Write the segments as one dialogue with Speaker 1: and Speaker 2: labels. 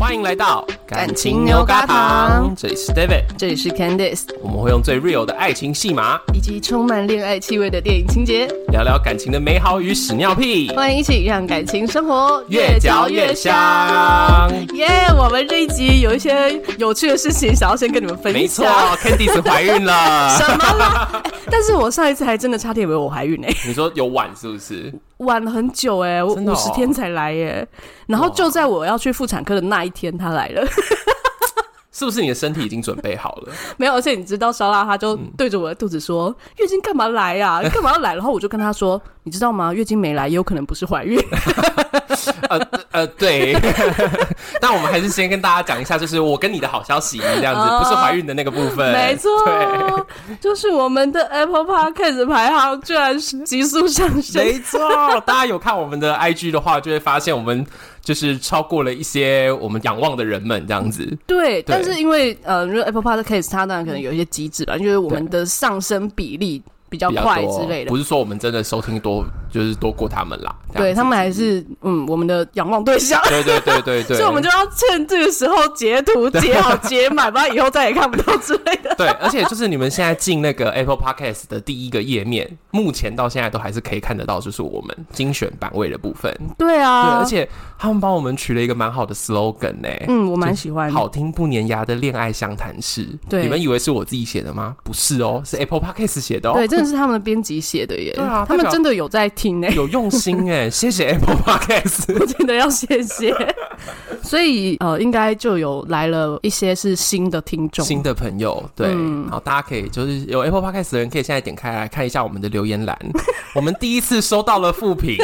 Speaker 1: 欢迎来到
Speaker 2: 感情牛轧糖
Speaker 1: 这里是 David，
Speaker 2: 这里是 Candice，
Speaker 1: 我们会用最 real 的爱情戏码
Speaker 2: 以及充满恋爱气味的电影情节，
Speaker 1: 聊聊感情的美好与屎尿屁，
Speaker 2: 欢迎一起让感情生活
Speaker 1: 越嚼越香。。
Speaker 2: 耶我们这一集有一些有趣的事情，想要先跟你们分享。
Speaker 1: 没错，Candice 怀孕
Speaker 2: 什
Speaker 1: 了。
Speaker 2: 么啦？哎 但是我上一次还真的差点以为我怀孕哎、
Speaker 1: 你说有晚是不是？
Speaker 2: 晚了很久哎、我
Speaker 1: 真的哦
Speaker 2: 五十天才来哎、然后就在我要去妇产科的那一天，她来了。
Speaker 1: 是不是你的身体已经准备好了？
Speaker 2: 没有，而且你知道，烧腊他
Speaker 1: 嗯
Speaker 2: 就对着我的肚子说：“月经干嘛来呀、干嘛要来？”然后我就跟他说：“你知道吗？月经没来，也有可能不是怀孕。
Speaker 1: 呃呃，对。 但我们还是先跟大家讲一下，就是我跟你的好消息这样子，
Speaker 2: 哦
Speaker 1: 不是怀孕的那个部分。
Speaker 2: 没错
Speaker 1: 对，，
Speaker 2: 就是我们的 Apple Podcast 排行居然是急速上 升。
Speaker 1: 没错，大家有看我们的 IG 的话，就会发现我们就是超过了一些我们仰望的人们这样子。
Speaker 2: 对，但是因为呃，因为 Apple Podcast 它当然可能有一些机制吧，因为我们的上升比例比较
Speaker 1: 比较
Speaker 2: 快
Speaker 1: 多
Speaker 2: 之类的
Speaker 1: 不。是说我们真的收听多，就是多过他们啦。这
Speaker 2: 对
Speaker 1: 样子
Speaker 2: 他们还是嗯，我们的仰望对象。
Speaker 1: 对对对对对，
Speaker 2: 所以我们就要趁这个时候 截图截好截满，不然以后再也看不到之类的。
Speaker 1: 对，而且就是你们现在进那个 Apple Podcast 的第一个页面，目前到现在都还是可以看得到，就是我们精选版位的部分。
Speaker 2: 对
Speaker 1: 对，
Speaker 2: 啊，
Speaker 1: 而且他们帮我们取了一个蛮好的 slogan 呢、
Speaker 2: 嗯，我蛮喜欢。
Speaker 1: 好听不粘牙的恋爱相谈室，
Speaker 2: 对
Speaker 1: 你们以为是我自己写的吗？不是哦，是 Apple Podcast 写的哦。
Speaker 2: 对，真的是他们的编辑写的耶。
Speaker 1: 对啊
Speaker 2: 他们
Speaker 1: 代表
Speaker 2: 真的有在听呢，
Speaker 1: 有用心哎、谢谢 Apple Podcast。
Speaker 2: 真的要谢 谢。所以呃，应该就有来了一些是新的听众。
Speaker 1: 新的朋友，对，
Speaker 2: 嗯
Speaker 1: 然后大家可以就是有 Apple Podcast 的人，可以现在点开来看一下我们的留言 栏。我们第一次收到了负评，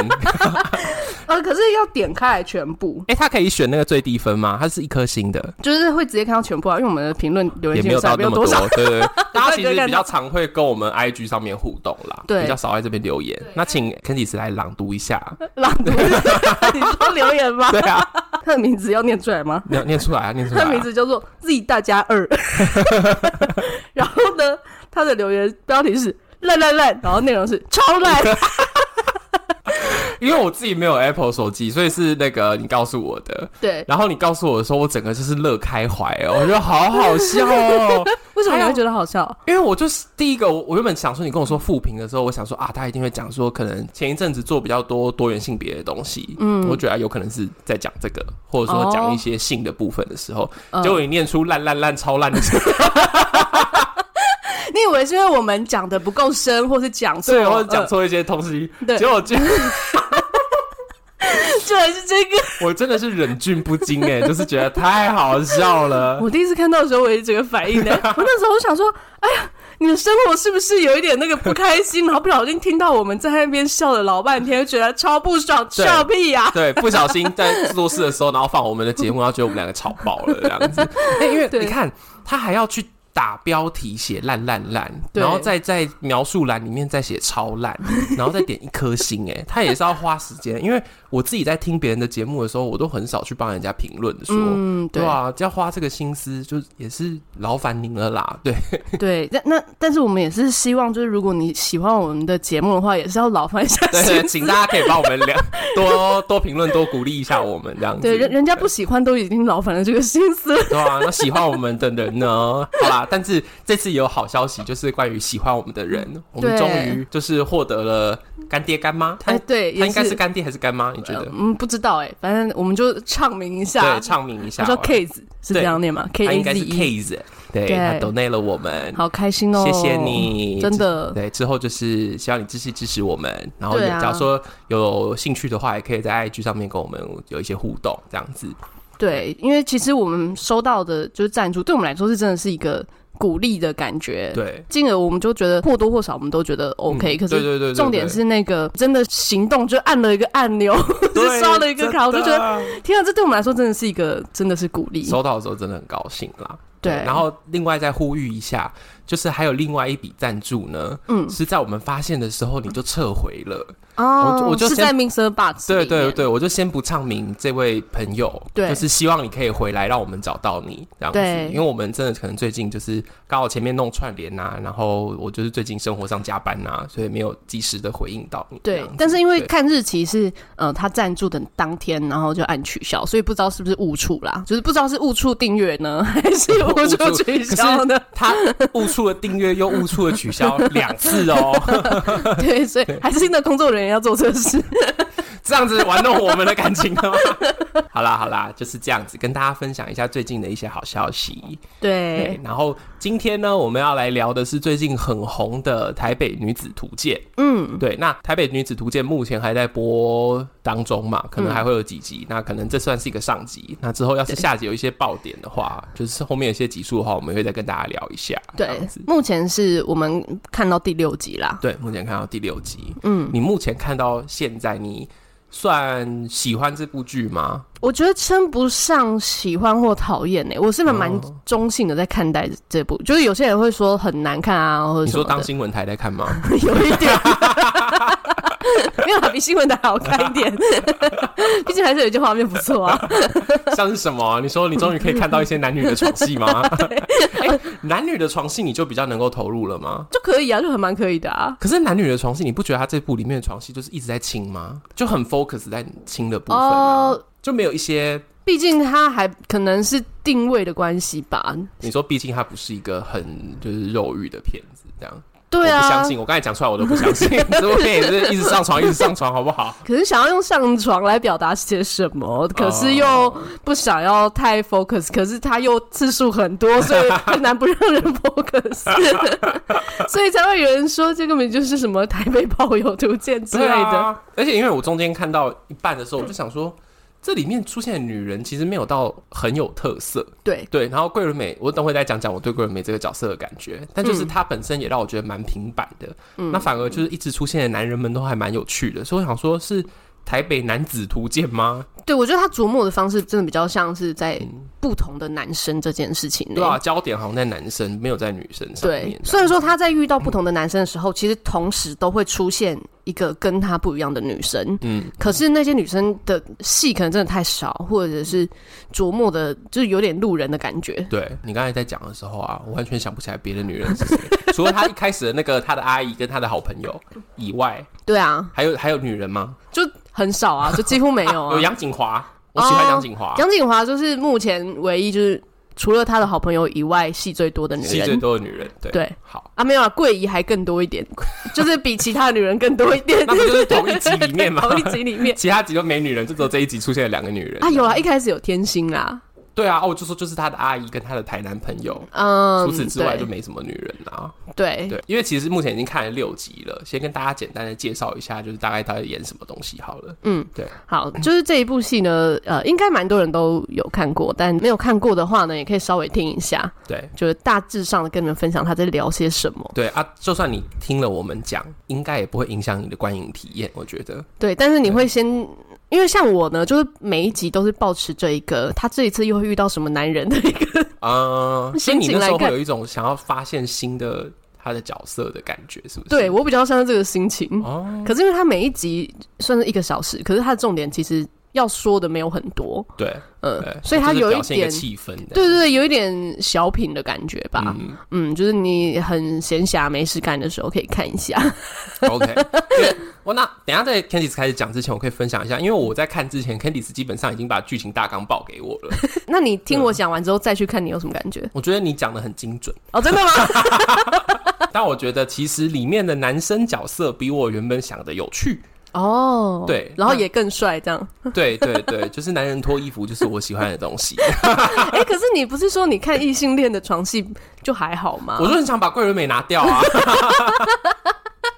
Speaker 2: 呃，可是要点开来全部，
Speaker 1: 哎、他可以选那个最低分吗？它是一颗星的，
Speaker 2: 就是会直接看到全部啊，因为我们的评论留
Speaker 1: 也
Speaker 2: 言
Speaker 1: 没
Speaker 2: 线
Speaker 1: 有
Speaker 2: 上
Speaker 1: 到那
Speaker 2: 没有
Speaker 1: 么
Speaker 2: 多
Speaker 1: 多，
Speaker 2: 少。
Speaker 1: 对对对。大家其
Speaker 2: 就
Speaker 1: 实
Speaker 2: 看
Speaker 1: 比较常会跟我们 IG 上面互动啦，
Speaker 2: 对
Speaker 1: 比较少在这边留言。那请 Candice 来朗读一 下，
Speaker 2: 朗读，你说留言吗？
Speaker 1: 对啊，
Speaker 2: 他的名字要念出来吗？
Speaker 1: 念念出来啊，念出来、
Speaker 2: 他的名
Speaker 1: 啊。
Speaker 2: 字叫做 Z 大家 二，然后呢，他的留言标题是烂烂烂，然后内容是超烂，
Speaker 1: 因为我自己没有 Apple 手机，所以是那个你告诉我的。
Speaker 2: 对，
Speaker 1: 然后你告诉我的时候，我整个就是乐开怀哦，我觉得好好笑哦。
Speaker 2: 为什么你会觉得好笑？
Speaker 1: 因为我就是第一个，我我原本想说你跟我说复评的时候，我想说啊，他一定会讲说，可能前一阵子做比较多多元性别的东西，嗯，我觉得有可能是在讲这个，或者说讲一些性的部分的时候，
Speaker 2: 哦
Speaker 1: 结果你念出烂烂烂超 烂的时候，
Speaker 2: 你以为是因为我们讲的不够深，或是讲错，
Speaker 1: 对，或者讲错一些东西，
Speaker 2: 哦 对
Speaker 1: 结果就
Speaker 2: 呃，居然是这个。
Speaker 1: 我真的是忍俊不禁哎、就是觉得太好笑了。
Speaker 2: 我第一次看到的时候，我也整个反应 呢。我那时候想说，哎呀，你的生活是不是有一点那个不开心？然后不小心听到我们在那边笑了老半天，觉得超不爽，
Speaker 1: 对
Speaker 2: 笑屁呀、
Speaker 1: 对，不小心在做事的时候，然后放我们的节目，然后觉得我们两个吵爆了这样子。哎、因为
Speaker 2: 对
Speaker 1: 你看他还要去打标题写烂烂烂，
Speaker 2: 对
Speaker 1: 然后再在描述栏里面再写超烂，然后再点一颗星、哎，他也是要花时间。因为我自己在听别人的节目的时候，我都很少去帮人家评论说。
Speaker 2: 嗯，
Speaker 1: 对啊，要花这个心思，就也是劳烦您了啦。 对，
Speaker 2: 对，那那但是我们也是希望，就是如果你喜欢我们的节目的话，也是要劳烦 一下
Speaker 1: 对
Speaker 2: 心
Speaker 1: 对，请大家可以帮我们聊多多评论，多鼓励一下我们这样子。
Speaker 2: 对，人人家不喜欢都已经劳烦了这个心思了。
Speaker 1: 对啊，那喜欢我们的人呢？好啦，但是这次有好消息，就是关于喜欢我们的人，我们
Speaker 2: 对
Speaker 1: 终于就是获得了干爹干妈。他
Speaker 2: 哎对
Speaker 1: 他
Speaker 2: 也
Speaker 1: 应该是
Speaker 2: 是
Speaker 1: 干爹还是干妈？你觉得？
Speaker 2: 嗯，不知道哎、反正我们就唱名一下，
Speaker 1: 对，唱名一下
Speaker 2: 他
Speaker 1: 好
Speaker 2: 啊说
Speaker 1: 了。
Speaker 2: Kaze 是这样念吗？K
Speaker 1: 他
Speaker 2: A
Speaker 1: 应
Speaker 2: Z
Speaker 1: 该是
Speaker 2: E，
Speaker 1: Kaze，对
Speaker 2: 对
Speaker 1: 他 donate 了我们。
Speaker 2: 好开心哦！
Speaker 1: 谢谢你，
Speaker 2: 真的
Speaker 1: 对，之后就是希望你继续支持我们，然后有
Speaker 2: 对啊
Speaker 1: 假如说有兴趣的话，也可以在 IG 上面跟我们有一些互动，这样子。
Speaker 2: 对，因为其实我们收到的就是赞助，对我们来说是真的是一个鼓励的感觉。
Speaker 1: 对，
Speaker 2: 进而我们就觉得或多或少我们都觉得 OK，、
Speaker 1: 嗯
Speaker 2: 可
Speaker 1: 对对对对对
Speaker 2: 是重点是那个真的行动，就按了一个按钮， 就
Speaker 1: 对
Speaker 2: 刷了一个卡，我就觉
Speaker 1: 真
Speaker 2: 得
Speaker 1: 的
Speaker 2: 天啊，这对我们来说真的是一个真的是鼓 励。
Speaker 1: 收到的时候真的很高兴啦。
Speaker 2: 对
Speaker 1: 然后另外再呼吁一下，就是还有另外一笔赞助呢，
Speaker 2: 嗯
Speaker 1: 是在我们发现的时候你就撤回了。
Speaker 2: 哦，
Speaker 1: 我我就是先
Speaker 2: 在 Mixer Box
Speaker 1: 对
Speaker 2: 里
Speaker 1: 对
Speaker 2: 面
Speaker 1: 对，我就先不唱名这位朋友，
Speaker 2: 对
Speaker 1: 就是希望你可以回来，让我们找到你这样子
Speaker 2: 对，
Speaker 1: 因为我们真的可能最近就是刚好前面弄串联呐、然后我就是最近生活上加班呐、所以没有及时的回应到你这
Speaker 2: 对
Speaker 1: 样子。，
Speaker 2: 但是因为
Speaker 1: 对
Speaker 2: 看日期是呃他赞助的当天，然后就按取消，所以不知道是不是误触啦，就是不知道是误触订阅呢，还 是误触取消呢？
Speaker 1: 他误触了订阅，又误触了取消两次哦，
Speaker 2: 对，所以还是那工作人员要做这事。
Speaker 1: 这样子玩弄我们的感情的吗？ 好啦好啦，就是这样子跟大家分享一下最近的一些好消息。对
Speaker 2: 对，，
Speaker 1: 然后今天呢，我们要来聊的是最近很红的《台北女子图鉴》。
Speaker 2: 嗯，
Speaker 1: 对，那《台北女子图鉴》目前还在播当中嘛，可能还会有几
Speaker 2: 嗯
Speaker 1: 集。那可能这算是一个上集。那之后要是下集有一些爆点的话，就是后面有一些集数的话，我们会再跟大家聊一下。这
Speaker 2: 对
Speaker 1: 样子，
Speaker 2: 目前是我们看到第六集啦。
Speaker 1: 对，目前看到第六集。
Speaker 2: 嗯，
Speaker 1: 你目前看到现在，你算喜欢这部剧吗？
Speaker 2: 我觉得称不上喜欢或讨厌呢，我是蛮蛮
Speaker 1: 哦
Speaker 2: 中性的在看待这部，就是有些人会说很难看啊，或者
Speaker 1: 你
Speaker 2: 什
Speaker 1: 说
Speaker 2: 么的
Speaker 1: 当新闻台在看吗？
Speaker 2: 有一点，没有啦，比新闻台好看一 点。毕竟还是有一些画面不错啊。
Speaker 1: 像是什么？你说你终于可以看到一些男女的床戏吗？ 哎男女的床戏你就比较能够投入了吗？
Speaker 2: 就可以啊，就很蛮可以的啊。
Speaker 1: 可是男女的床戏，你不觉得他这部里面的床戏就是一直在亲吗？就很 focus 在亲的部分、啊，
Speaker 2: 哦，
Speaker 1: 就没有一些
Speaker 2: 毕竟它还可能是定位的关系吧。
Speaker 1: 你说，毕竟它不是一个很就是肉欲的片子，这样。
Speaker 2: 对
Speaker 1: 我不
Speaker 2: 啊
Speaker 1: 相，信，我刚才讲出来我都不相信， 这部片也是一直上床，一直上床，好不好？
Speaker 2: 可是想要用上床来表达些什么，可是
Speaker 1: 哦
Speaker 2: 又不想要太 focus，可是它又次数很多，所以很难不让人 focus，所以才会有人说这根本就是什么台北炮友图鉴之类
Speaker 1: 对
Speaker 2: 的。
Speaker 1: 啊。而且因为我中间看到一半的时候，我就想说，这里面出现的女人其实没有到很有特色，
Speaker 2: 对，
Speaker 1: 对。然后桂纶镁，我等会再讲讲我对桂纶镁这个角色的感觉，但就是
Speaker 2: 嗯
Speaker 1: 她本身也让我觉得蛮平板的。那反而就是一直出现的男人们都还蛮有趣的，所以我想说是。台北男子图鉴吗？
Speaker 2: 对，我觉得他琢磨的方式真的比较像是在
Speaker 1: 嗯
Speaker 2: 不同的男生这件事情内。
Speaker 1: 对啊，焦点好像在男生，没有在女生上面
Speaker 2: 对
Speaker 1: 这样。
Speaker 2: 虽然说他在遇到不同的男生的时候，其实同时都会出现一个跟他不一样的女生，
Speaker 1: 嗯，
Speaker 2: 可是那些女生的戏可能真的太少，或者是琢磨的，就是有点路人的感觉。
Speaker 1: 对你刚才在讲的时候啊，我完全想不起来别的女人是谁，除了她一开始的那个她的阿姨跟她的好朋友以外，
Speaker 2: 对啊，
Speaker 1: 还有还有女人吗？
Speaker 2: 就很 少啊，就几乎没有啊。哦
Speaker 1: 有杨啊景华，我喜欢杨景华，
Speaker 2: 杨景华就是目前唯一就是除了他的好朋友以外戏最多的女
Speaker 1: 戏最
Speaker 2: 人。
Speaker 1: 多的女人，对
Speaker 2: 对
Speaker 1: 好，
Speaker 2: 啊，没有啊，桂姨还更多一点， 就是比其他女人更多一点。
Speaker 1: 那不就是同一集里面吗
Speaker 2: 对？ 同一集里面
Speaker 1: 其他集都没女人，就只有这一集出现了两个女人
Speaker 2: 啊，有啦，一开始有天心啦，
Speaker 1: 对啊，哦，我就说就是她的阿姨跟她的台南朋友，
Speaker 2: 嗯，
Speaker 1: 除此之外
Speaker 2: 对
Speaker 1: 就没什么女人啦。
Speaker 2: 对
Speaker 1: 对，因为其实目前已经看了六集了，先跟大家简单的介绍一下，就是大概到底演什么东西好了。
Speaker 2: 嗯好，就是这一部戏呢，呃，应该蛮多人都有看过，但没有看过的话呢，也可以稍微听一下，
Speaker 1: 对
Speaker 2: 就是大致上的跟你们分享他在聊些什么。
Speaker 1: 对啊，就算你听了我们讲，应该也不会影响你的观影体验，我觉得。
Speaker 2: 对，但是你会先，因为像我呢，就是每一集都是保持这一个，他这一次又会遇到什么男人的一个，
Speaker 1: 啊、所以
Speaker 2: 心
Speaker 1: 你
Speaker 2: 情
Speaker 1: 那时候
Speaker 2: 来
Speaker 1: 会
Speaker 2: 看
Speaker 1: 有一种想要发现新的他的角色的感觉，是不是？
Speaker 2: 对我比较像是这个心情。
Speaker 1: 哦，
Speaker 2: 可是因为他每一集算是一个小时，可是他的重点其实要说的没有很多，
Speaker 1: 对
Speaker 2: 嗯
Speaker 1: 对，，
Speaker 2: 所以他
Speaker 1: 就是
Speaker 2: 有
Speaker 1: 表现一
Speaker 2: 点
Speaker 1: 个。气氛的，
Speaker 2: 对对对，有一点小品的感觉吧，
Speaker 1: 嗯
Speaker 2: 嗯，就是你很闲暇没事干的时候可以看一下。
Speaker 1: ，OK。我那等一下在 Candice 开始讲之前，我可以分享一下，因为我在看之前，Candice 基本上已经把剧情大纲报给我了。
Speaker 2: 那你听
Speaker 1: 对
Speaker 2: 我讲完之后再去看，你有什么感觉？
Speaker 1: 我觉得你讲的很精准，
Speaker 2: 哦，真 的吗？
Speaker 1: 但我觉得其实里面的男生角色比我原本想的有趣。
Speaker 2: 哦，
Speaker 1: 对
Speaker 2: 然后
Speaker 1: 那
Speaker 2: 也更 帅这样。
Speaker 1: 对对对，就是男人脱衣服就是我喜欢的东西。
Speaker 2: 哎，可是你不是说你看异性恋的床戏就还好吗？
Speaker 1: 我就很想把桂纶镁拿掉啊。啊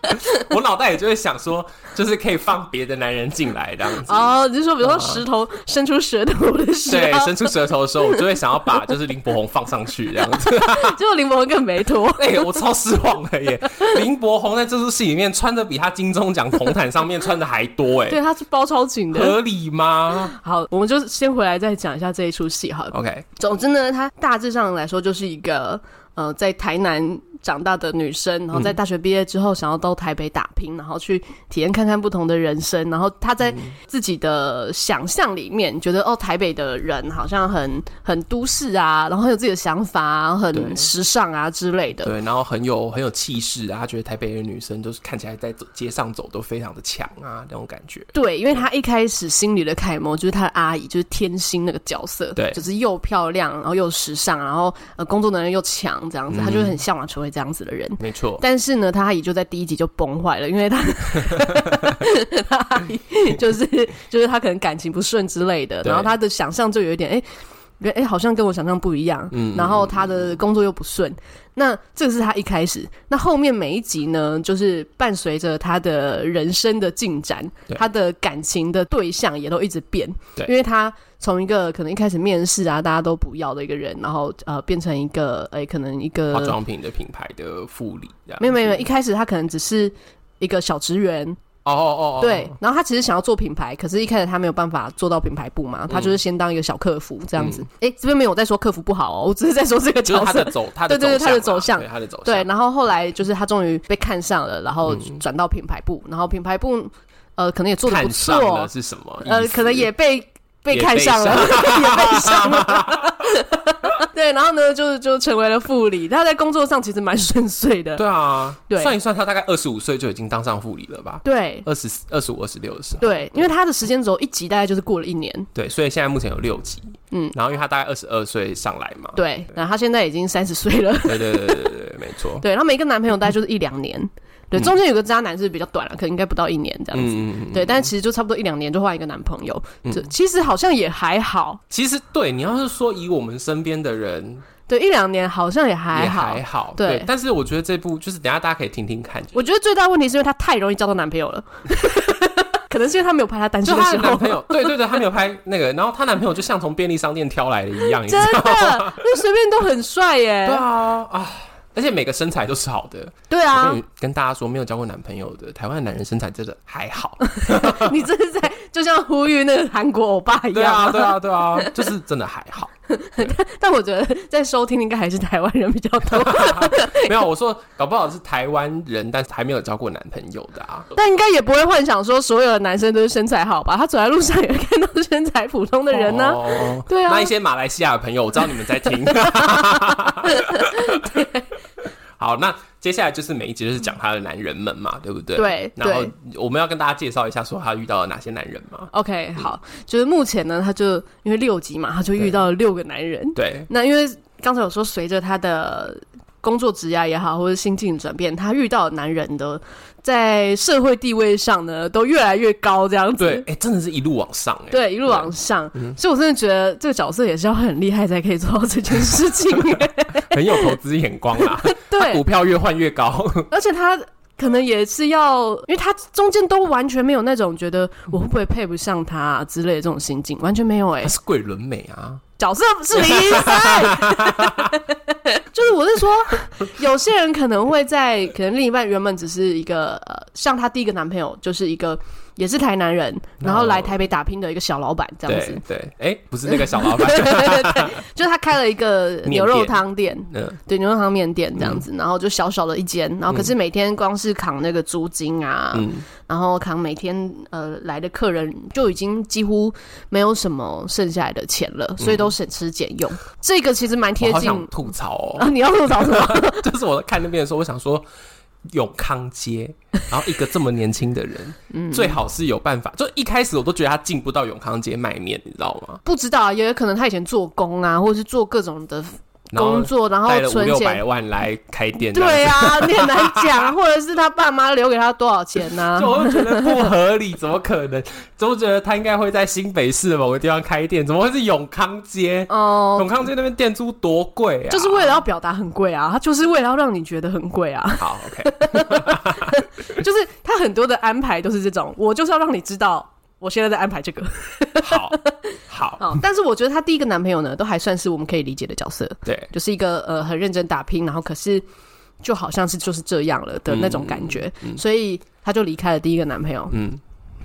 Speaker 1: 我脑袋也就会想说，就是可以放别的男人进来这样子。
Speaker 2: 哦，你是说比如说石头伸出舌头的时
Speaker 1: 啊对，
Speaker 2: 候，
Speaker 1: 伸出舌头的时候，我就会想要把就是林柏宏放上去这样子。
Speaker 2: 结果林伯文更没 脱，
Speaker 1: 哎、我超失望的 耶！林柏宏在这出戏里面穿的比他金钟奖红毯上面穿的还多，
Speaker 2: 对，啊
Speaker 1: 哎，
Speaker 2: 他是包超紧的。
Speaker 1: 合理吗
Speaker 2: 好，我们就先回来再讲一下这一出戏好了。
Speaker 1: ？OK，
Speaker 2: 总之呢，她大致上来说就是一个呃，在台南长大的女生，然后
Speaker 1: 嗯
Speaker 2: 在大学毕业之后想要到台北打拼，然后去体验看看不同的人生。然后她
Speaker 1: 嗯
Speaker 2: 在自己的想象里面觉得哦，台北的人好像很很都市啊，然后很有自己的想法、啊，
Speaker 1: 对
Speaker 2: 很时尚啊之类的。
Speaker 1: 对，然后很有很有气势啊，觉得台北的女生就是看起来在走街上走都非常的强啊，那种感觉。
Speaker 2: 对，因为她一开始心里的楷模就是她的阿姨，就是天心那个角色，
Speaker 1: 对
Speaker 2: 就是又漂亮，然后又时尚，然后呃工作能力又强，这
Speaker 1: 嗯
Speaker 2: 样子，她就很向往成为这样子的人。
Speaker 1: 没错，
Speaker 2: 但是呢，他阿姨就在第一集就崩坏了，因为他 他阿姨就是就是他可能感情不顺之类的，
Speaker 1: 对
Speaker 2: 然后他的想象就有一点哎。哎、诶好像跟我想象不一样。
Speaker 1: 嗯
Speaker 2: 然后他的工作又不顺，那这是他一开始。那后面每一集呢，就是伴随着他的人生的进展，
Speaker 1: 对
Speaker 2: 他的感情的对象也都一直变。
Speaker 1: 对
Speaker 2: 因为他从一个可能一开始面试啊，大家都不要的一个人，然后呃，变成一个哎、可能一个
Speaker 1: 化妆品的品牌的副理这样子，
Speaker 2: 没有没有，没有一开始他可能只是一个小职员，
Speaker 1: 哦哦哦，
Speaker 2: 对，然后他其实想要做品牌，可是一开始他没有办法做到品牌部
Speaker 1: 嗯
Speaker 2: 嘛，他就是先当一个小客服这样子。哎、这边没有在说客服不好哦，我只是在说这个
Speaker 1: 就是
Speaker 2: 角
Speaker 1: 嗯他
Speaker 2: 色
Speaker 1: 的。走，他的
Speaker 2: 对对对他的走
Speaker 1: 向啊啦，
Speaker 2: 向
Speaker 1: 对他的走向，
Speaker 2: 对，然后后来就是他终于被看上了，然后
Speaker 1: 嗯
Speaker 2: 转到品牌部，然后品牌部呃可能也做的不
Speaker 1: 看上
Speaker 2: 错
Speaker 1: 了，是什么意思？
Speaker 2: 呃可能也被被
Speaker 1: 也
Speaker 2: 看
Speaker 1: 被
Speaker 2: 上了，也被上了。 对，然后呢，就就成为了副理。他在工作上其实蛮顺遂 的，
Speaker 1: 对啊，
Speaker 2: 对
Speaker 1: 算一算，他大概二十五岁就已经当上副理了吧？
Speaker 2: 对
Speaker 1: 二十二十五、二十六的时候，
Speaker 2: 对，因为他的时间轴一集大概就是过了一年，
Speaker 1: 对，所以现在目前有六集，嗯
Speaker 2: 嗯，
Speaker 1: 然后因为他大概二十二岁上来嘛，
Speaker 2: 对，然后他现在已经三十岁了，
Speaker 1: 对对对对对对，没错，
Speaker 2: 对，然后每个男朋友大概就是一两年，对，中间有个渣男是比较短了，可能应该不到一年这样子，
Speaker 1: 嗯嗯嗯，
Speaker 2: 对，但其实就差不多一两年就换一个男朋友，这其实好像也还好，
Speaker 1: 其实对你要是说以我们身边的人
Speaker 2: 对，一两年好像也还
Speaker 1: 也
Speaker 2: 好
Speaker 1: 还。好，
Speaker 2: 对
Speaker 1: 但是我觉得这部就是等一下大家可以听听看，
Speaker 2: 我觉得最大问题是因为她太容易交到男朋友了，可能是因为她没有拍她单
Speaker 1: 就
Speaker 2: 身的
Speaker 1: 她
Speaker 2: 时
Speaker 1: 的男
Speaker 2: 候。
Speaker 1: 朋 友，对对对，她没有拍那个，然后她男朋友就像从便利商店挑来的一样，你知
Speaker 2: 真
Speaker 1: 道
Speaker 2: 的，那随便都很帅耶
Speaker 1: 对。啊啊！而且每个身材都是好的，
Speaker 2: 对
Speaker 1: 我
Speaker 2: 啊
Speaker 1: 跟，你跟大家说，没有交过男朋友的台湾男人身材真的还 好，
Speaker 2: 你这是在就像呼吁那个韩国欧巴一
Speaker 1: 对
Speaker 2: 样
Speaker 1: 啊，对啊，对啊，就是真的还好。
Speaker 2: 但我觉得在收听应该还是台湾人比较多，
Speaker 1: 没有，我说搞不好是台湾人，但是还没有交过男朋友的啊。
Speaker 2: 但应该也不会幻想说所有的男生都是身材好吧？他走在路上也会看到身材普通的人呢、
Speaker 1: 哦
Speaker 2: 对啊
Speaker 1: 那一些马来西亚的朋友，我知道你们在 听。 好，那接下来就是每一集就是讲他的男人们嘛，对不对？
Speaker 2: 对
Speaker 1: 然后
Speaker 2: 对
Speaker 1: 我们要跟大家介绍一下，说他遇到了哪些男人嘛？
Speaker 2: OK，好，就是目前呢，他就因为六集嘛，他就遇到了六个男人。
Speaker 1: 对，
Speaker 2: 那因为刚才有说，随着他的工作职涯也好，或者心境转变，他遇到的男人的在社会地位上呢，都越来越高，这样子。
Speaker 1: 对，哎、嗯真的是一路往上、哎，
Speaker 2: 嗯对，一路往上，所以我真的觉得这个角色也是要很厉害才可以做到这件事情。
Speaker 1: 很有投资眼光啦。他
Speaker 2: 对
Speaker 1: 股，票越换越高，
Speaker 2: 而且他可能也是要，因为他中间都完全没有那种觉得我会不会配不上他、啊、之类的这种心境，完全没有哎、
Speaker 1: 他是桂纶镁啊。
Speaker 2: 角色是林一山，就是我是说，有些人可能会在可能另一半原本只是一个呃，像她第一个男朋友就是一个也是台南人，然后来台北打拼的一个小老板这样子
Speaker 1: 对。对，哎、不是那个小老 板，
Speaker 2: 对，就是他开了一个呃牛肉汤店，
Speaker 1: 嗯，
Speaker 2: 对牛肉汤面店这样子，然后就小小的一间，然后可是每天光是扛那个租金啊，
Speaker 1: 嗯
Speaker 2: 然后扛每天呃来的客人就已经几乎没有什么剩下来的钱了，所以都省吃俭用。这个其实蛮贴
Speaker 1: 我好
Speaker 2: 近
Speaker 1: 想吐槽哦。
Speaker 2: 啊！你要吐槽什么？
Speaker 1: 就是我看那边的时候，我想说永康街，然后一个这么年轻的人，
Speaker 2: 嗯
Speaker 1: 最好是有办法。就一开始我都觉得他进不到永康街卖面，你知道吗？
Speaker 2: 不知道啊，也有可能他以前做工啊，或者是做各种的
Speaker 1: 然后
Speaker 2: 工作然后
Speaker 1: 带了五
Speaker 2: 存
Speaker 1: 六
Speaker 2: 钱
Speaker 1: 百万来开店，
Speaker 2: 对，啊，你很难讲，或者是他爸妈留给他多少钱啊 呢、
Speaker 1: 就啊我就觉得不合理，怎么可能？总觉得他应该会在新北市的某个地方开店，怎么会是永康街？
Speaker 2: 哦、
Speaker 1: 永康街那边店租多贵啊！
Speaker 2: 就是为了要表达很贵啊，他就是为了要让你觉得很贵啊，
Speaker 1: 好，OK，
Speaker 2: 就是他很多的安排都是这种，我就是要让你知道我现在在安排这个。
Speaker 1: 好，好，
Speaker 2: 好，但是我觉得她第一个男朋友呢，都还算是我们可以理解的角色，
Speaker 1: 对，
Speaker 2: 就是一个呃很认真打拼，然后可是就好像是就是这样了的那种感觉，所以她就离开了第一个男朋友。
Speaker 1: 嗯，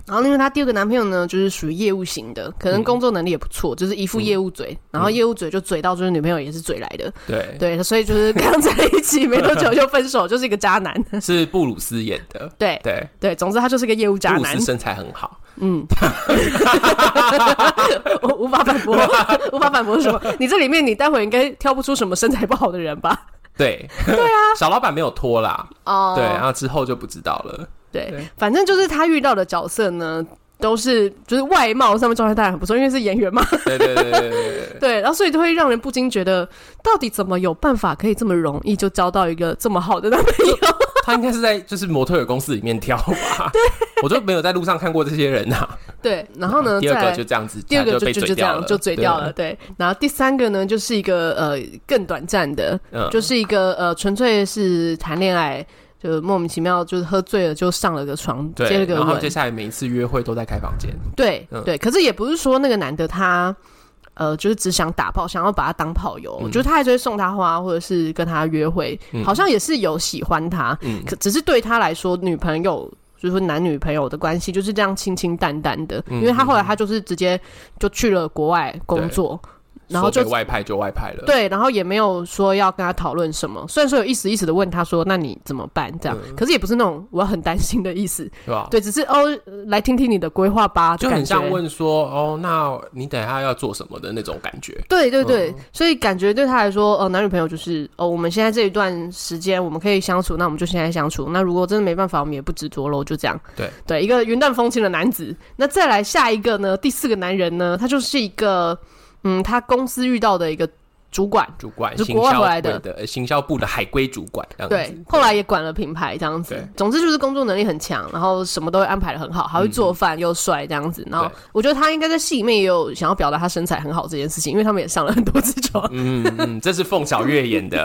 Speaker 2: 然后因为她第二个男朋友呢，就是属于业务型的，可能工作能力也不错，就是一副业务嘴，然后业务嘴就嘴到就是女朋友也是嘴来的，
Speaker 1: 对，
Speaker 2: 嗯对，所以就是刚在一起没多久就分手，就是一个渣男。
Speaker 1: 是布鲁斯演的，
Speaker 2: 对
Speaker 1: 对，
Speaker 2: 对，总之他就是个业 务渣
Speaker 1: 布鲁
Speaker 2: 男
Speaker 1: 斯，身材很好，
Speaker 2: 我 无法反驳，无法反驳什么。你这里面你待会应该挑不出什么身材不好的人吧？
Speaker 1: 对，对啊， 小老板没有拖啦，
Speaker 2: 哦
Speaker 1: 对，然后之后就不知道了，
Speaker 2: 对
Speaker 1: 对
Speaker 2: 反正就是他遇到的角色呢，都是就是外貌上面状态当然很不错，因为是演员嘛，
Speaker 1: 对对对对对对，
Speaker 2: 对，然后所以就会让人不禁觉得，到底怎么有办法可以这么容易就交到一个这么好的男 朋友？
Speaker 1: 他应该是在就是模特儿公司里面挑吧，对，我就没有在路上看过这些人啊。
Speaker 2: 对，然后呢，
Speaker 1: 第二
Speaker 2: 嗯再
Speaker 1: 个
Speaker 2: 来
Speaker 1: 就这样子，
Speaker 2: 第二个
Speaker 1: 他被
Speaker 2: 就
Speaker 1: 嘴
Speaker 2: 就这
Speaker 1: 掉
Speaker 2: 样
Speaker 1: 了，
Speaker 2: 就嘴掉了，
Speaker 1: 对，
Speaker 2: 对。然后第三个呢，就是一个呃更短暂的，
Speaker 1: 嗯
Speaker 2: 就是一个呃纯粹是谈恋爱，就莫名其妙就是喝醉了就上了个床，接了
Speaker 1: 对，
Speaker 2: 个
Speaker 1: 然后
Speaker 2: 吻
Speaker 1: 接，下来每一次约会都在开房间，
Speaker 2: 对、
Speaker 1: 嗯
Speaker 2: 对。可是也不是说那个男的他。呃，就是只想打炮，想要把他当炮友，
Speaker 1: 嗯
Speaker 2: 就是他还是会送他花，或者是跟他约会，
Speaker 1: 嗯
Speaker 2: 好像也是有喜欢他，
Speaker 1: 嗯
Speaker 2: 可只是对他来说，女朋友就是男女朋友的关系就是这样清清淡淡的，
Speaker 1: 嗯
Speaker 2: 因为他后来他就是直接就去了国外工作，然后
Speaker 1: 嗯说
Speaker 2: 就
Speaker 1: 被外派就外派了，
Speaker 2: 对，然后也没有说要跟他讨论什么，虽然说有一时一时的问他说那你怎么办这样，
Speaker 1: 嗯
Speaker 2: 可是也不是那种我很担心的意思，
Speaker 1: 对吧？
Speaker 2: 对，只是哦呃来听听你的规划吧，
Speaker 1: 就
Speaker 2: 感
Speaker 1: 很
Speaker 2: 觉
Speaker 1: 像问说，哦，那你等一下要做什么的那种感觉。
Speaker 2: 对对
Speaker 1: 嗯
Speaker 2: 对，所以感觉对他来说，呃，男女朋友就是，哦，我们现在这一段时间我们可以相处，那我们就现在相处。那如果真的没办法，我们也不执着喽，就这样。
Speaker 1: 对
Speaker 2: 对，一个云淡风轻的男子。那再来下一个呢？第四个男人呢？他就是一个，嗯，他公司遇到的一个主管，
Speaker 1: 主管，
Speaker 2: 就
Speaker 1: 行
Speaker 2: 国外
Speaker 1: 销
Speaker 2: 回来
Speaker 1: 部
Speaker 2: 的
Speaker 1: 呃行销部的海归主管这样子。
Speaker 2: 对，后来也管了品牌这样子
Speaker 1: 对。嗯
Speaker 2: 总之就是工作能力很强，然后什么都会安排的很好，还会做饭又帅这样子。然后
Speaker 1: 对
Speaker 2: 我觉得他应该在戏里面也有想要表达他身材很好这件事情，因为他们也上了很多次床。
Speaker 1: 嗯嗯，这是凤小岳演 的。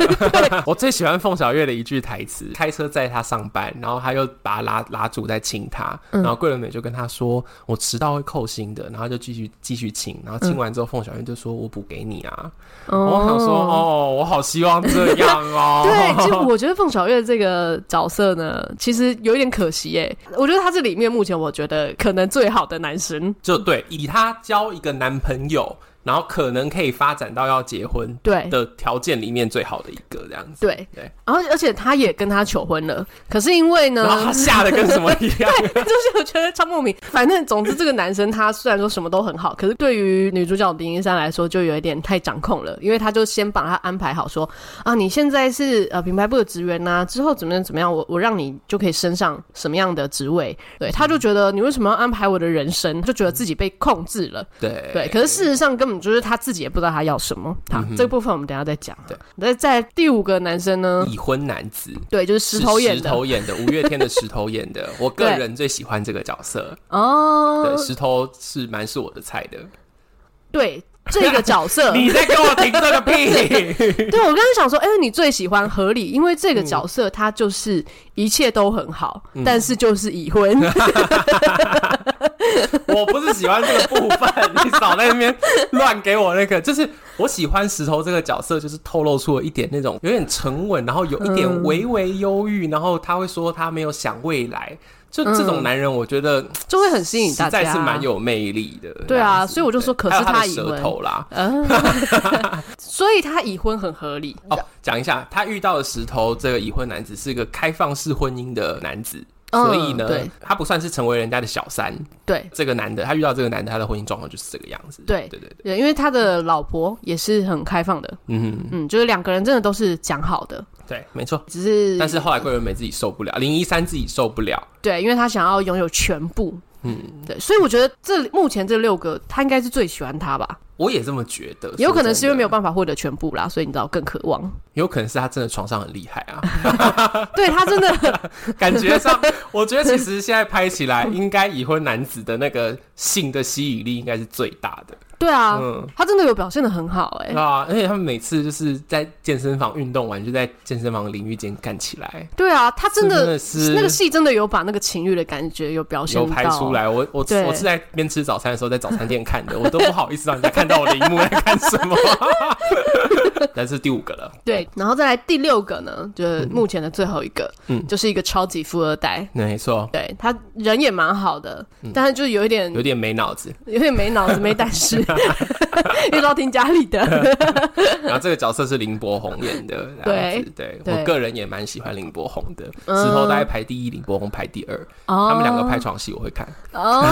Speaker 1: 我最喜欢凤小岳的一句台词：开车载他上班，然后他又把他拉拉住在亲他，
Speaker 2: 嗯
Speaker 1: 然后桂纶镁就跟他说：“我迟到会扣薪的。”然后就继续继续亲，然后亲完之后，凤小岳就说：“我补给你啊。”
Speaker 2: 嗯
Speaker 1: 我想说：“哦，我好希望这样哦。”
Speaker 2: 对，其实我觉得凤小岳这个角色呢，其实有一点可惜耶。我觉得他是里面目前我觉得可能最好的男生。
Speaker 1: 就对，以她交一个男朋友，然后可能可以发展到要结婚
Speaker 2: 对
Speaker 1: 的条件里面最好的一个这样子。
Speaker 2: 对，
Speaker 1: 对，
Speaker 2: 然后而且他也跟他求婚了，可是因为 呢
Speaker 1: 然，后她吓得跟什么一样。
Speaker 2: 就是我觉得超莫名。反正总之，这个男生他虽然说什么都很好，可是对于女主角林一山来说，就有一点太掌控了，因为他就先把他安排好说啊，你现在是呃品牌部的职员呐、之后怎么样怎么样，我我让你就可以升上什么样的职位。对，他就觉得你为什么要安排我的人生，就觉得自己被控制了。
Speaker 1: 对嗯
Speaker 2: 对，可是事实上根本就是他自己也不知道他要什么。好，这部分我们等一下再讲。啊
Speaker 1: 对，
Speaker 2: 那在第五个男生呢？
Speaker 1: 已婚男子。
Speaker 2: 对，就是石头演
Speaker 1: 是石
Speaker 2: 的
Speaker 1: 头演的，五月天的石头演 的，我个
Speaker 2: 对
Speaker 1: 人最喜欢这个角色。对，
Speaker 2: 哦，
Speaker 1: 石头是蛮是我的菜 的。
Speaker 2: 对，这个角 色，
Speaker 1: 你在跟我停这个屁！
Speaker 2: 对我刚刚想说，哎、你最喜欢合理，因为这个角色他就是一切都很好，
Speaker 1: 嗯
Speaker 2: 但是就是已 婚。
Speaker 1: 我不是喜欢这个部分，你少在那边乱给我那个。就是我喜欢石头这个角色，就是透露出了一点那种有点沉稳，然后有一
Speaker 2: 嗯
Speaker 1: 点微微忧郁，然后他会说他没有想未来，就这种男人，我觉得
Speaker 2: 嗯就会很吸引大家
Speaker 1: 实在是蛮有魅力的。
Speaker 2: 对啊
Speaker 1: 这样子
Speaker 2: 所以我就说
Speaker 1: 对
Speaker 2: 可是
Speaker 1: 还有
Speaker 2: 他
Speaker 1: 的
Speaker 2: 已
Speaker 1: 舌
Speaker 2: 婚
Speaker 1: 头啦，
Speaker 2: 所以他已婚很合理。
Speaker 1: 哦，讲一下，他遇到的石头这个已婚男子是一个开放式婚姻的男子，
Speaker 2: 嗯
Speaker 1: 所以呢
Speaker 2: 对，
Speaker 1: 他不算是成为人家的小三。
Speaker 2: 对
Speaker 1: 这个男的，他遇到这个男的，他的婚姻状况就是这个样子。
Speaker 2: 对
Speaker 1: 对对对，
Speaker 2: 对，因为他的老婆也是很开放的，
Speaker 1: 嗯，
Speaker 2: 嗯，就是两个人真的都是讲好的，
Speaker 1: 对，没错。
Speaker 2: 只是
Speaker 1: 但是后来桂纶镁自己受不了，林一山自己受不了，
Speaker 2: 对，因为他想要拥有全部。嗯，对，所以我觉得这目前这六个，他应该是最喜欢他吧？
Speaker 1: 我也这么觉得，
Speaker 2: 有可能是因为没有
Speaker 1: 法，
Speaker 2: 办法获得全部啦，所以你知道更渴 望。
Speaker 1: 有可能是他真的床上很厉害啊，
Speaker 2: 对他真的
Speaker 1: 感觉上，我觉得其实现在拍起来，应该已婚男子的那个性的吸引力应该是最大的。
Speaker 2: 对啊，
Speaker 1: 嗯
Speaker 2: 他真的有表现的很好哎、
Speaker 1: 啊！而且他们每次就是在健身房运动完，就在健身房淋浴间干起来，
Speaker 2: 对啊，他真
Speaker 1: 真
Speaker 2: 的
Speaker 1: 的是
Speaker 2: 那个戏真的有把那个情欲的感觉有表现
Speaker 1: 有拍
Speaker 2: 到
Speaker 1: 出。来。我我
Speaker 2: 对
Speaker 1: 我是在边吃早餐的时候，在早餐店看的，我都不好意思让人家看到我的荧幕在看什么。 但是第五个了，
Speaker 2: 对，然后再来第六个呢，就是目前的最后一个，
Speaker 1: 嗯
Speaker 2: 就是一个超级富二代。
Speaker 1: 没错，
Speaker 2: 对他人也蛮好的，但是就有一点
Speaker 1: 嗯有点没脑子。
Speaker 2: 有点没脑子没胆 识， 因为都要听家里的。
Speaker 1: 然后这个角色是林柏宏演的，这样子对
Speaker 2: 对
Speaker 1: 我个人也蛮喜欢林柏宏的，
Speaker 2: 嗯
Speaker 1: 石头大概排第一，林柏宏排第二，
Speaker 2: 哦
Speaker 1: 他们两个拍床戏我会看，
Speaker 2: 哦，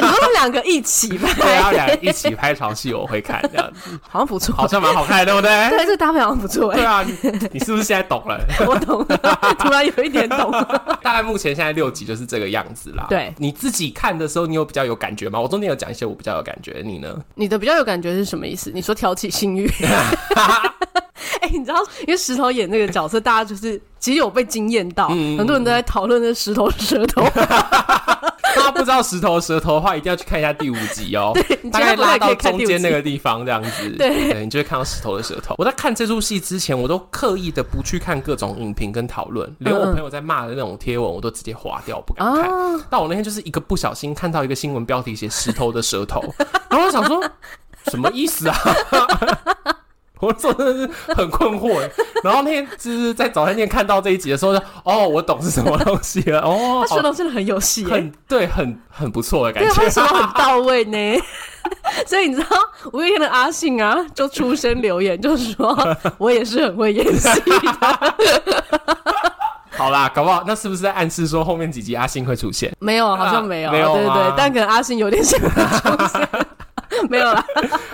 Speaker 2: 你说他们两个一起吧，
Speaker 1: 对，他们俩一起拍床戏我会看，这样子
Speaker 2: 好像不错，
Speaker 1: 好像蛮好看的，对不
Speaker 2: 对
Speaker 1: 对？
Speaker 2: 这个搭配好像不错
Speaker 1: 对
Speaker 2: 哎，
Speaker 1: 啊，你你 是不是现在懂了？
Speaker 2: 我懂 了，突然有一点懂了。
Speaker 1: 大概目前现在六集就是这个样子啦。
Speaker 2: 对
Speaker 1: 你自己看的时候，你有比较有感觉吗？我中间有讲一些我比较有感觉，你呢？
Speaker 2: 你的比较有感觉是什么意思？你说挑起 性欲？哎、你知道，因为石头演那个角色，大家就是其实有被惊艳到，
Speaker 1: 嗯
Speaker 2: 很多人都在讨论那石头 舌头，
Speaker 1: 大家不知道石头舌头的话，一定要去看一下第五集 哦。
Speaker 2: 你
Speaker 1: 大
Speaker 2: 觉
Speaker 1: 概
Speaker 2: 得不太
Speaker 1: 拉
Speaker 2: 可
Speaker 1: 到
Speaker 2: 以看
Speaker 1: 中
Speaker 2: 第五
Speaker 1: 间那
Speaker 2: 集
Speaker 1: 个地方这样子，
Speaker 2: 对
Speaker 1: 你就会看到石头的舌头。我在看这出戏之前，我都刻意的不去看各种影评跟讨论，连我
Speaker 2: 嗯嗯
Speaker 1: 朋友在骂的那种贴文，我都直接划掉，不敢看。
Speaker 2: 啊，
Speaker 1: 但我那天就是一个不小心看到一个新闻标题写“石头的舌 头”，然后我想说什么意思啊？ 我真的是很困惑耶。然后那天就是在早餐店看到这一集的时候，就哦，我懂是什么东西了。哦
Speaker 2: 他，舌头真的很有戏、欸，
Speaker 1: 很对，很很不错的感
Speaker 2: 对，
Speaker 1: 觉
Speaker 2: 他。什么很到位呢？ 所以你知道五月天的阿信啊，就出声留言，就是 说我也是很会演戏的。
Speaker 1: 好啦，搞不好那是不是在暗示说后面几集阿信会出现？
Speaker 2: 没有，好像没有，
Speaker 1: 啊没有
Speaker 2: 对对
Speaker 1: 吗
Speaker 2: 对，但可能阿信有点想出 现，没有啦。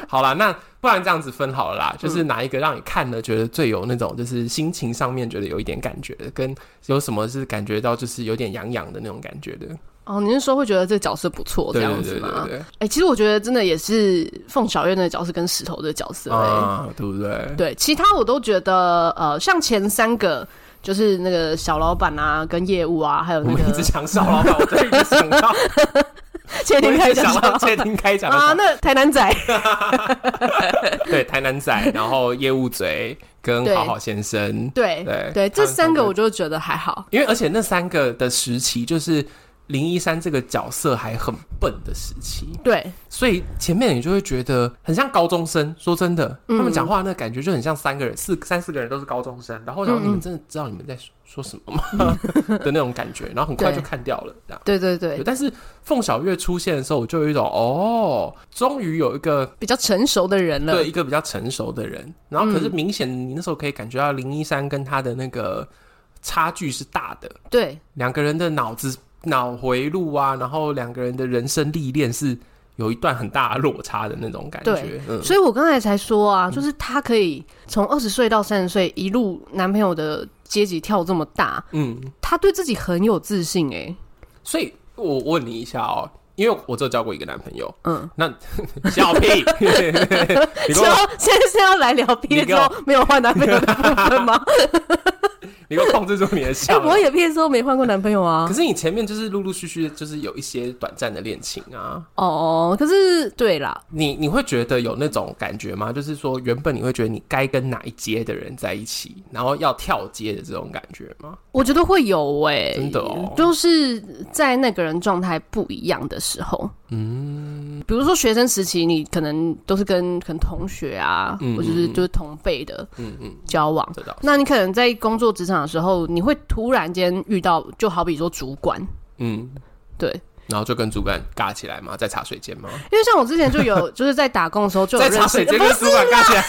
Speaker 1: 好啦，那不然这样子分好了啦，
Speaker 2: 嗯
Speaker 1: 就是哪一个让你看了觉得最有那种就是心情上面觉得有一点感觉的，跟有什么是感觉到就是有点痒痒的那种感觉的，
Speaker 2: 哦，你是说会觉得这个角色不错这
Speaker 1: 对
Speaker 2: 样
Speaker 1: 对
Speaker 2: 子
Speaker 1: 对
Speaker 2: 吗
Speaker 1: 对？对，
Speaker 2: 哎、其实我觉得真的也是凤小岳那个角色跟石头的角色、欸，
Speaker 1: 啊，对不对？
Speaker 2: 对，其他我都觉得，呃，像前三个就是那个小老板啊，跟业务啊，还有
Speaker 1: 我
Speaker 2: 那
Speaker 1: 们一
Speaker 2: 个
Speaker 1: 直想少老板，我就一直想到，
Speaker 2: 窃
Speaker 1: 我
Speaker 2: 听
Speaker 1: 一
Speaker 2: 开
Speaker 1: 直
Speaker 2: 讲
Speaker 1: 想
Speaker 2: 小
Speaker 1: 到
Speaker 2: 老板
Speaker 1: 窃听开讲的
Speaker 2: 啊，
Speaker 1: 少，
Speaker 2: 那台 南仔，
Speaker 1: 对台南仔，然后业务嘴跟
Speaker 2: 对
Speaker 1: 好好先生，
Speaker 2: 对
Speaker 1: 对
Speaker 2: 对，
Speaker 1: 他
Speaker 2: 这
Speaker 1: 们
Speaker 2: 三
Speaker 1: 三
Speaker 2: 个
Speaker 1: 个
Speaker 2: 我就觉得还好。
Speaker 1: 因为而且那三个的时期就是林一山这个角色还很笨的时期，
Speaker 2: 对，
Speaker 1: 所以前面你就会觉得很像高中生。说真的，他们讲话那感觉就很像三个人、四三四个人都是高中生。然后我想说，你们真的知道你们在说说什么吗？ 的那种感觉，然后很快
Speaker 2: 对
Speaker 1: 就看掉了。这样，
Speaker 2: 对对
Speaker 1: 对
Speaker 2: 对，
Speaker 1: 但是凤小岳出现的时候，我就有一种哦，终于有一个
Speaker 2: 比较成熟的人了。
Speaker 1: 对一个比较成熟的人。然后可是明显你那时候可以感觉到林一山跟他的那个差距是大的，
Speaker 2: 对
Speaker 1: 两个人的脑子脑回路啊，然后两个人的人生历练是有一段很大的落差的那种感觉
Speaker 2: 对。
Speaker 1: 嗯，
Speaker 2: 所以我刚才才说啊，就是他可以从二十岁到三十岁一路男朋友的阶级跳这么大，
Speaker 1: 嗯，
Speaker 2: 他对自己很有自信哎、
Speaker 1: 所以我我问你一下哦，因为我只有交过一个男朋友，
Speaker 2: 嗯，
Speaker 1: 那小 屁，你
Speaker 2: 之
Speaker 1: 跟我
Speaker 2: 后现在是要来聊毕业
Speaker 1: 你
Speaker 2: 之
Speaker 1: 跟我
Speaker 2: 后没有换男朋友的部 分吗？
Speaker 1: 你给我控制住你的
Speaker 2: 哎、
Speaker 1: 笑容。
Speaker 2: 我也毕业之后没换过男朋友啊
Speaker 1: 可。是你前面就是陆陆续续就是有一些短暂的恋情啊，
Speaker 2: 哦，可是对啦，
Speaker 1: 你你会觉得有那种感觉吗？就是说原本你会觉得你该跟哪一阶的人在一起，然后要跳阶的这种感觉吗？
Speaker 2: 我觉得会有哎、
Speaker 1: 真的哦
Speaker 2: 就是在那个人状态不一样的时候，嗯，比如说学生时期，你可能都是跟可能同学啊，
Speaker 1: 嗯
Speaker 2: 或者是
Speaker 1: 嗯嗯
Speaker 2: 就是同辈的
Speaker 1: 嗯嗯，
Speaker 2: 交往。
Speaker 1: 这倒是，
Speaker 2: 那你可能在工作职场的时候，你会突然间遇到，就好比说主管，
Speaker 1: 嗯。
Speaker 2: 对，
Speaker 1: 然后就跟主管尬起来嘛，在茶水间嘛，
Speaker 2: 因为像我之前就 有就是在打工的时候就有
Speaker 1: 在
Speaker 2: 认
Speaker 1: 茶
Speaker 2: 识
Speaker 1: 水间跟主管尬起来，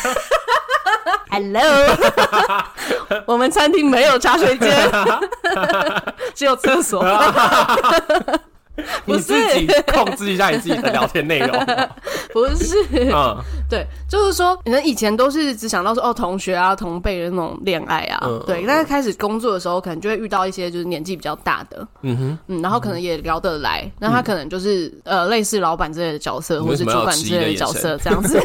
Speaker 2: ，Hello，我们餐厅没有茶水间， 只有厕所。
Speaker 1: 你
Speaker 2: 不是
Speaker 1: 自己控制一下你自己的聊天内容。
Speaker 2: 不是，
Speaker 1: 啊，
Speaker 2: 对，就是说，你们以前都是只想到说哦，同学啊、同辈的那种恋爱啊，
Speaker 1: 嗯
Speaker 2: 对。但是开始工作的时候，可能就会遇到一些就是年纪比较大的，
Speaker 1: 嗯哼，嗯
Speaker 2: 嗯，然后可能也聊得来，那他可能就是、呃，类似老板之类的角色，
Speaker 1: 你为
Speaker 2: 或是
Speaker 1: 什
Speaker 2: 主
Speaker 1: 么要
Speaker 2: 管
Speaker 1: 迟疑
Speaker 2: 之类
Speaker 1: 的
Speaker 2: 的
Speaker 1: 眼
Speaker 2: 角
Speaker 1: 神
Speaker 2: 色，这样子。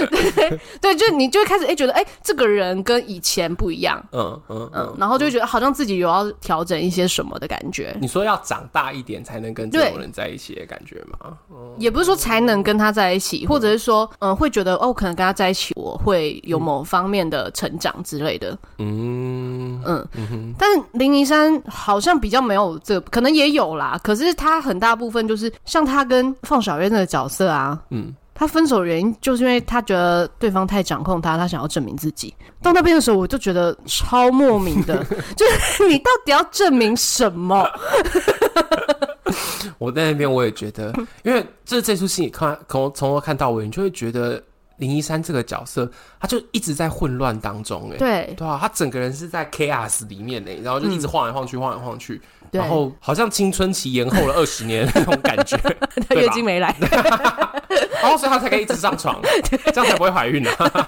Speaker 2: 对对，就你就会开始哎、觉得哎、这个人跟以前不一样，
Speaker 1: 嗯嗯
Speaker 2: 嗯
Speaker 1: 嗯，。
Speaker 2: 然后就会觉得好像自己有要调整一些什么的感觉。
Speaker 1: 你说要长大一点才能跟这种人在一起的感觉吗？
Speaker 2: 也不是说才能跟他在一起，或者是说，嗯、会觉得哦，可能跟他在一起我会有某方面的成长之类的，
Speaker 1: 嗯，
Speaker 2: 嗯。但是林一山好像比较没有这个可能也有啦，可是他很大部分就是像他跟凤小岳那个角色啊，
Speaker 1: 嗯
Speaker 2: 嗯。他分手的原因就是因为他觉得对方太掌控他，他想要证明自己。到那边的时候，我就觉得超莫名 的，就是你到底要证明什么？
Speaker 1: 我在那边我也觉得，因为这这出戏你看从从头看到尾，你就会觉得林一山这个角色，他就一直在混乱当中，哎，
Speaker 2: 对嗯
Speaker 1: 对啊，他整个人是在 chaos 里面呢，然后就一直晃来晃去，晃来晃去，
Speaker 2: 对
Speaker 1: 然后好像青春期延后了二十年的那种感 觉，
Speaker 2: 他
Speaker 1: 对
Speaker 2: 月
Speaker 1: 吧
Speaker 2: 经没来，
Speaker 1: 然后哦所以他才可以一直上 床，这样才不会怀孕 啊。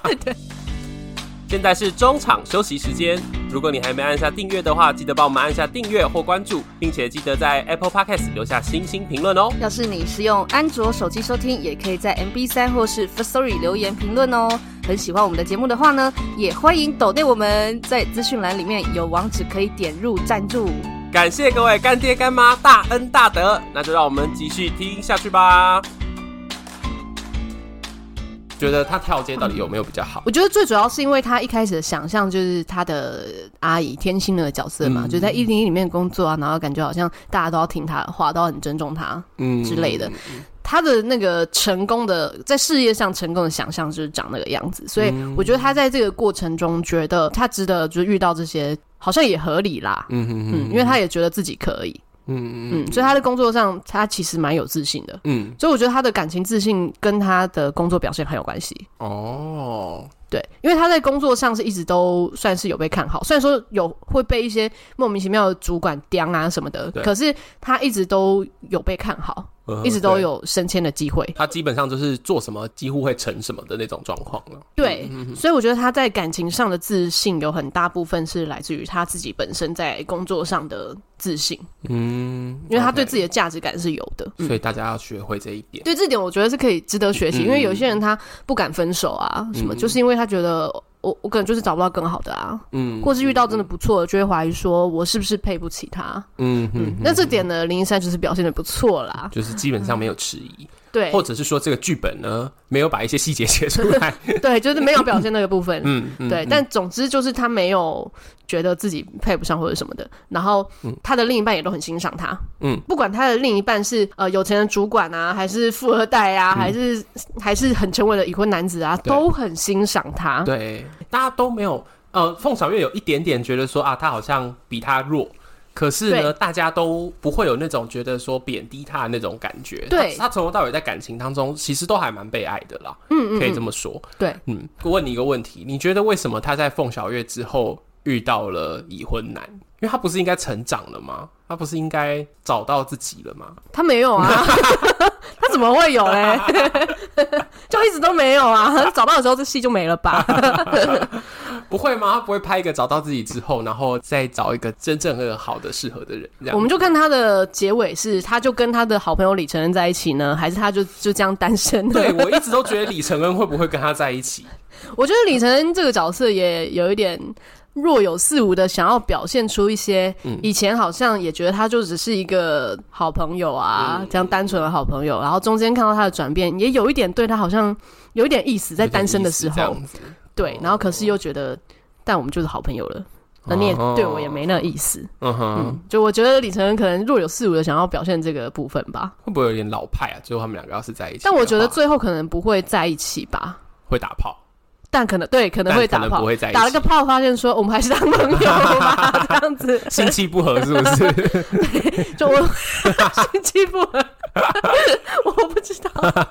Speaker 1: 现在是中场休息时间，如果你还没按下订阅的话，记得帮我们按下订阅或关注，并且记得在 Apple Podcast 留下星星评论哦。
Speaker 3: 要是你是用安卓手机收听，也可以在 MB 三或是 First Story 留言评论哦。很喜欢我们的节目的话呢，也欢迎抖内我们，在资讯栏里面有网址可以点入赞助。
Speaker 1: 感谢各位干爹干妈大恩大德，那就让我们继续听下去吧。觉得他跳街到底有没有比较好？
Speaker 2: 我觉得最主要是因为他一开始的想象就是他的阿姨天心的角色嘛，
Speaker 1: 嗯
Speaker 2: 就在一零一里面工作啊，然后感觉好像大家都要听他的话，都很尊重他。
Speaker 1: 嗯
Speaker 2: 之类的，他的那个成功的在事业上成功的想象就是长那个样子，所以
Speaker 1: 嗯
Speaker 2: 我觉得他在这个过程中觉得他值得就是遇到这些，好像也合理啦。
Speaker 1: 嗯嗯
Speaker 2: 嗯，因为他也觉得自己可以，
Speaker 1: 嗯嗯
Speaker 2: 嗯，所以他在工作上他其实蛮有自信的，
Speaker 1: 嗯
Speaker 2: 所以我觉得他的感情自信跟他的工作表现很有关系。
Speaker 1: 哦，
Speaker 2: 对，因为他在工作上是一直都算是有被看好，虽然说有会被一些莫名其妙的主管刁啊什么的
Speaker 1: 对，
Speaker 2: 可是他一直都有被看好，
Speaker 1: 嗯
Speaker 2: 一直都有升迁的机会。
Speaker 1: 他基本上就是做什么几乎会成什么的那种状况了。
Speaker 2: 对，
Speaker 1: 嗯
Speaker 2: 所以我觉得他在感情上的自信有很大部分是来自于他自己本身在工作上的自信，
Speaker 1: 嗯，
Speaker 2: 因为他对自己的价值感是有的。
Speaker 1: OK，所以大家要学会这一点。
Speaker 2: 对这点，我觉得是可以值得学习，
Speaker 1: 嗯
Speaker 2: 因为有些人他不敢分手啊，什么，就是因为他觉得我我可能就是找不到更好的啊，
Speaker 1: 嗯
Speaker 2: 或是遇到真的不错的，就会怀疑说我是不是配不起他。
Speaker 1: 嗯
Speaker 2: 嗯
Speaker 1: 嗯，，
Speaker 2: 那这点呢，林一山就是表现的不错啦。
Speaker 1: 就是基本上没有迟疑，
Speaker 2: 嗯对
Speaker 1: 或者是说这个剧本呢没有把一些细节写出 来。
Speaker 2: 对，就是没有表现那个部分。
Speaker 1: 嗯，嗯
Speaker 2: 对，但总之就是他没有觉得自己配不上或者什么的，然后他的另一半也都很欣赏他。
Speaker 1: 嗯，
Speaker 2: 不管他的另一半是呃有钱的主管啊，还是富二代啊，还是还是很沉稳的已婚男子啊，
Speaker 1: 嗯对
Speaker 2: 都很欣赏他。
Speaker 1: 对，大家都没有。呃，凤小岳有一点点觉得说啊，他好像比他弱。可是呢，
Speaker 2: 对
Speaker 1: 大家都不会有那种觉得说贬低他的那种感觉。
Speaker 2: 对
Speaker 1: 他他从头到尾在感情当中，其实都还蛮被爱的啦。嗯嗯可以这么说。
Speaker 2: 对，
Speaker 1: 嗯，我问你一个问题，你觉得为什么他在凤小岳之后遇到了已婚男？因为他不是应该成长了吗？他不是应该找到自己了吗？
Speaker 2: 他没有啊， 他怎么会有嘞？ 就一直都没有啊，找到的时候这戏就没了吧？
Speaker 1: 不会吗？他不会拍一个找到自己之后，然后再找一个真正的好的适合的人？这样
Speaker 2: 我们就看他的结尾是，他就跟他的好朋友李承恩在一起呢， 还是他就就这样单身呢？
Speaker 1: 对我一直都觉得李承恩会不会跟他在一起？
Speaker 2: 我觉得李承恩这个角色也有一点若有似无的想要表现出一些，
Speaker 1: 嗯
Speaker 2: 以前好像也觉得他就只是一个好朋友啊，
Speaker 1: 嗯
Speaker 2: 这样单纯的好朋友，然后中间看到他的转变，也有一点对他好像有一点意 思，在单身的时
Speaker 1: 有
Speaker 2: 候
Speaker 1: 点意，思这样哦子
Speaker 2: 对，然后可是又觉得，但我们就是好朋友了。
Speaker 1: 哦
Speaker 2: 那你也对我也没那意思，
Speaker 1: 嗯哼，
Speaker 2: 嗯，就我觉得李承恩可能若有似无的想要表现这个部分吧，
Speaker 1: 会不会有点老派啊？最后他们两个要是在一起的
Speaker 2: 但
Speaker 1: 话，
Speaker 2: 我觉得最后可能不会在一起吧，
Speaker 1: 会打 炮，
Speaker 2: 但可能对可能会
Speaker 1: 但
Speaker 2: 打
Speaker 1: 可能
Speaker 2: 炮，
Speaker 1: 不会在一起
Speaker 2: 打了个炮，发现说我们还是当朋友 吧，这样子
Speaker 1: 心气不合是不是？
Speaker 2: 就我 心机不合， 我不知道，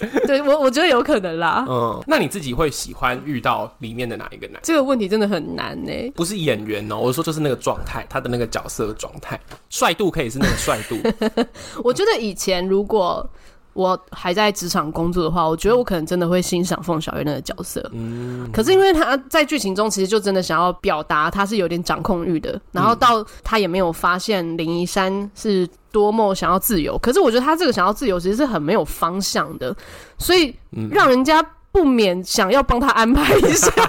Speaker 2: 对我我觉得有可能啦，
Speaker 1: 嗯，那你自己会喜欢遇到里面的哪一个男？
Speaker 2: 这个问题真的很难欸呢、
Speaker 1: 不是演员哦，我说就是那个状态，他的那个角色的状态，帅度可以是那个帅度，
Speaker 2: 我觉得以前如果我还在职场工作的话，我觉得我可能真的会欣赏凤小岳那个角色。
Speaker 1: 嗯，
Speaker 2: 可是因为他在剧情中其实就真的想要表达他是有点掌控欲的，然
Speaker 1: 嗯
Speaker 2: 后到他也没有发现林一山是多么想要自由。可是我觉得他这个想要自由其实是很没有方向的，所以
Speaker 1: 嗯
Speaker 2: 让人家不免想要帮他安排一下。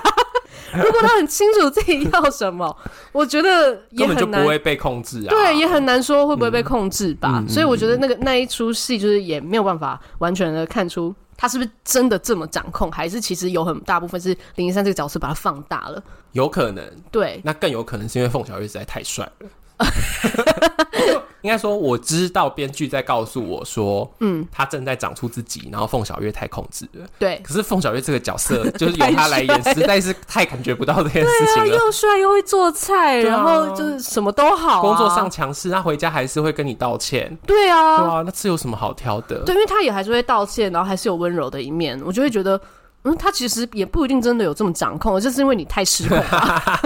Speaker 2: 如果他很清楚自己要什么，我觉得
Speaker 1: 根本
Speaker 2: 也
Speaker 1: 就不
Speaker 2: 很难
Speaker 1: 会被控制啊，
Speaker 2: 对，也很难说会不会被控制吧。
Speaker 1: 嗯嗯
Speaker 2: 所以我觉得那个那一出戏就是也没有办法完全的看出他是不是真的这么掌控，还是其实有很大部分是林一山这个角色把它放大了。
Speaker 1: 有可能，
Speaker 2: 对，
Speaker 1: 那更有可能是因为凤小岳实在太帅了。 应该说，我知道编剧在告诉我说，
Speaker 2: 嗯，
Speaker 1: 他正在长出自己，然后凤小岳太控制了。
Speaker 2: 对，
Speaker 1: 可是凤小岳这个角 色，就是由他来演，实在是太感觉不到这件事情了。
Speaker 2: 又帅又会做菜，
Speaker 1: 对啊
Speaker 2: 然后就是什么都好啊、
Speaker 1: 工作上强势，他回家还是会跟你道歉，
Speaker 2: 对啊，
Speaker 1: 对啊，那这有什么好挑的？
Speaker 2: 对，因为他也还是会道歉，然后还是有温柔的一面，我就会觉得，嗯，他其实也不一定真的有这么掌控，就是因为你太失控了。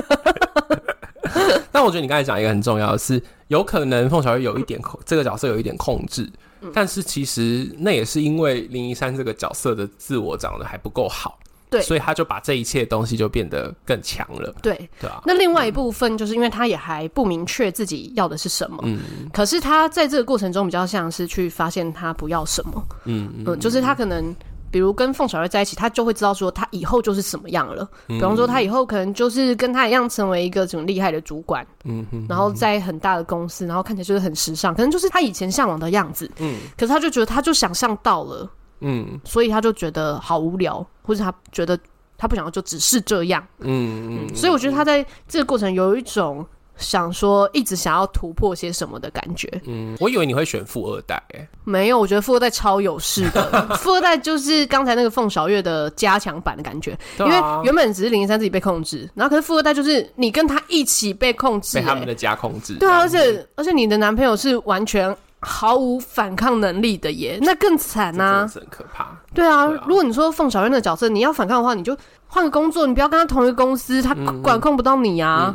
Speaker 1: 但我觉得你刚才讲一个很重要的是，有可能凤小岳有一点控，这个角色有一点控制，
Speaker 2: 嗯
Speaker 1: 但是其实那也是因为林一山这个角色的自我长得还不够好，
Speaker 2: 对
Speaker 1: 所以他就把这一切东西就变得更强了，
Speaker 2: 对，
Speaker 1: 对啊，
Speaker 2: 那另外一部分就是因为他也还不明确自己要的是什么，
Speaker 1: 嗯
Speaker 2: 可是他在这个过程中比较像是去发现他不要什么，
Speaker 1: 嗯嗯，
Speaker 2: 嗯，就是他可能。比如跟凤小岳在一起，他就会知道说他以后就是什么样了。
Speaker 1: 嗯
Speaker 2: 比方说，他以后可能就是跟他一样成为一个很厉害的主管，
Speaker 1: 嗯嗯
Speaker 2: 然后在很大的公司，然后看起来就是很时尚，可能就是他以前向往的样子。
Speaker 1: 嗯
Speaker 2: 可是他就觉得他就想象到了，
Speaker 1: 嗯
Speaker 2: 所以他就觉得好无聊，或者他觉得他不想要就只是这样。
Speaker 1: 嗯嗯，
Speaker 2: 所以我觉得他在这个过程有一种想说一直想要突破些什么的感觉。
Speaker 1: 嗯，我以为你会选富二代、欸，
Speaker 2: 没有，我觉得富二代超有势的，富二代就是刚才那个凤小岳的加强版的感觉，
Speaker 1: 对
Speaker 2: 因为
Speaker 1: 啊
Speaker 2: 原本只是林一山自己被控制，然后可是富二代就是你跟他一起被控制、
Speaker 1: 被他们
Speaker 2: 欸
Speaker 1: 的家控制，
Speaker 2: 对啊，而且而且你的男朋友是完全。毫无反抗能力的耶，那更惨
Speaker 1: 这
Speaker 2: 呐、
Speaker 1: 真的是很可怕，
Speaker 2: 对啊
Speaker 1: 对啊，
Speaker 2: 如果你说凤小岳那个角色，你要反抗的话，你就换个工作，你不要跟他同一个公司，他
Speaker 1: 嗯
Speaker 2: 管控不到你啊。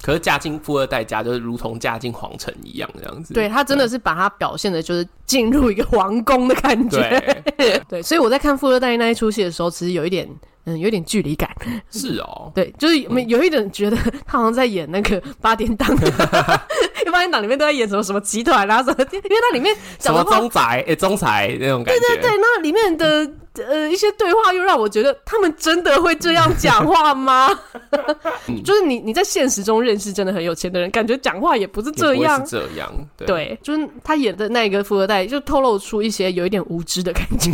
Speaker 1: 可是嫁进富二代家就是如同嫁进皇城一样这样子，
Speaker 2: 对他真的是把他表现的，就是进入一个皇宫的感觉。
Speaker 1: 对，
Speaker 2: 对，所以我在看《富二代》那一出戏的时候，其实有一点，嗯，有一点距离感。
Speaker 1: 是哦，
Speaker 2: 对，就是有有一点觉得他好像在演那个八点档， 因为八点档里面都在演什么什么集团啊什么，因为它里面
Speaker 1: 什
Speaker 2: 讲
Speaker 1: 么
Speaker 2: 的话，
Speaker 1: 中宅哎、中宅那种感觉，
Speaker 2: 对，那里面的呃一些对话又让我觉得他们真的会这样讲 话吗？就是你你在现实中认识真的很有钱的人，感觉讲话也不是
Speaker 1: 也
Speaker 2: 这
Speaker 1: 不会
Speaker 2: 样啊
Speaker 1: 是。这样，对。
Speaker 2: 对，就是他演的那个富二代，就透露出一些有一点无知的感觉。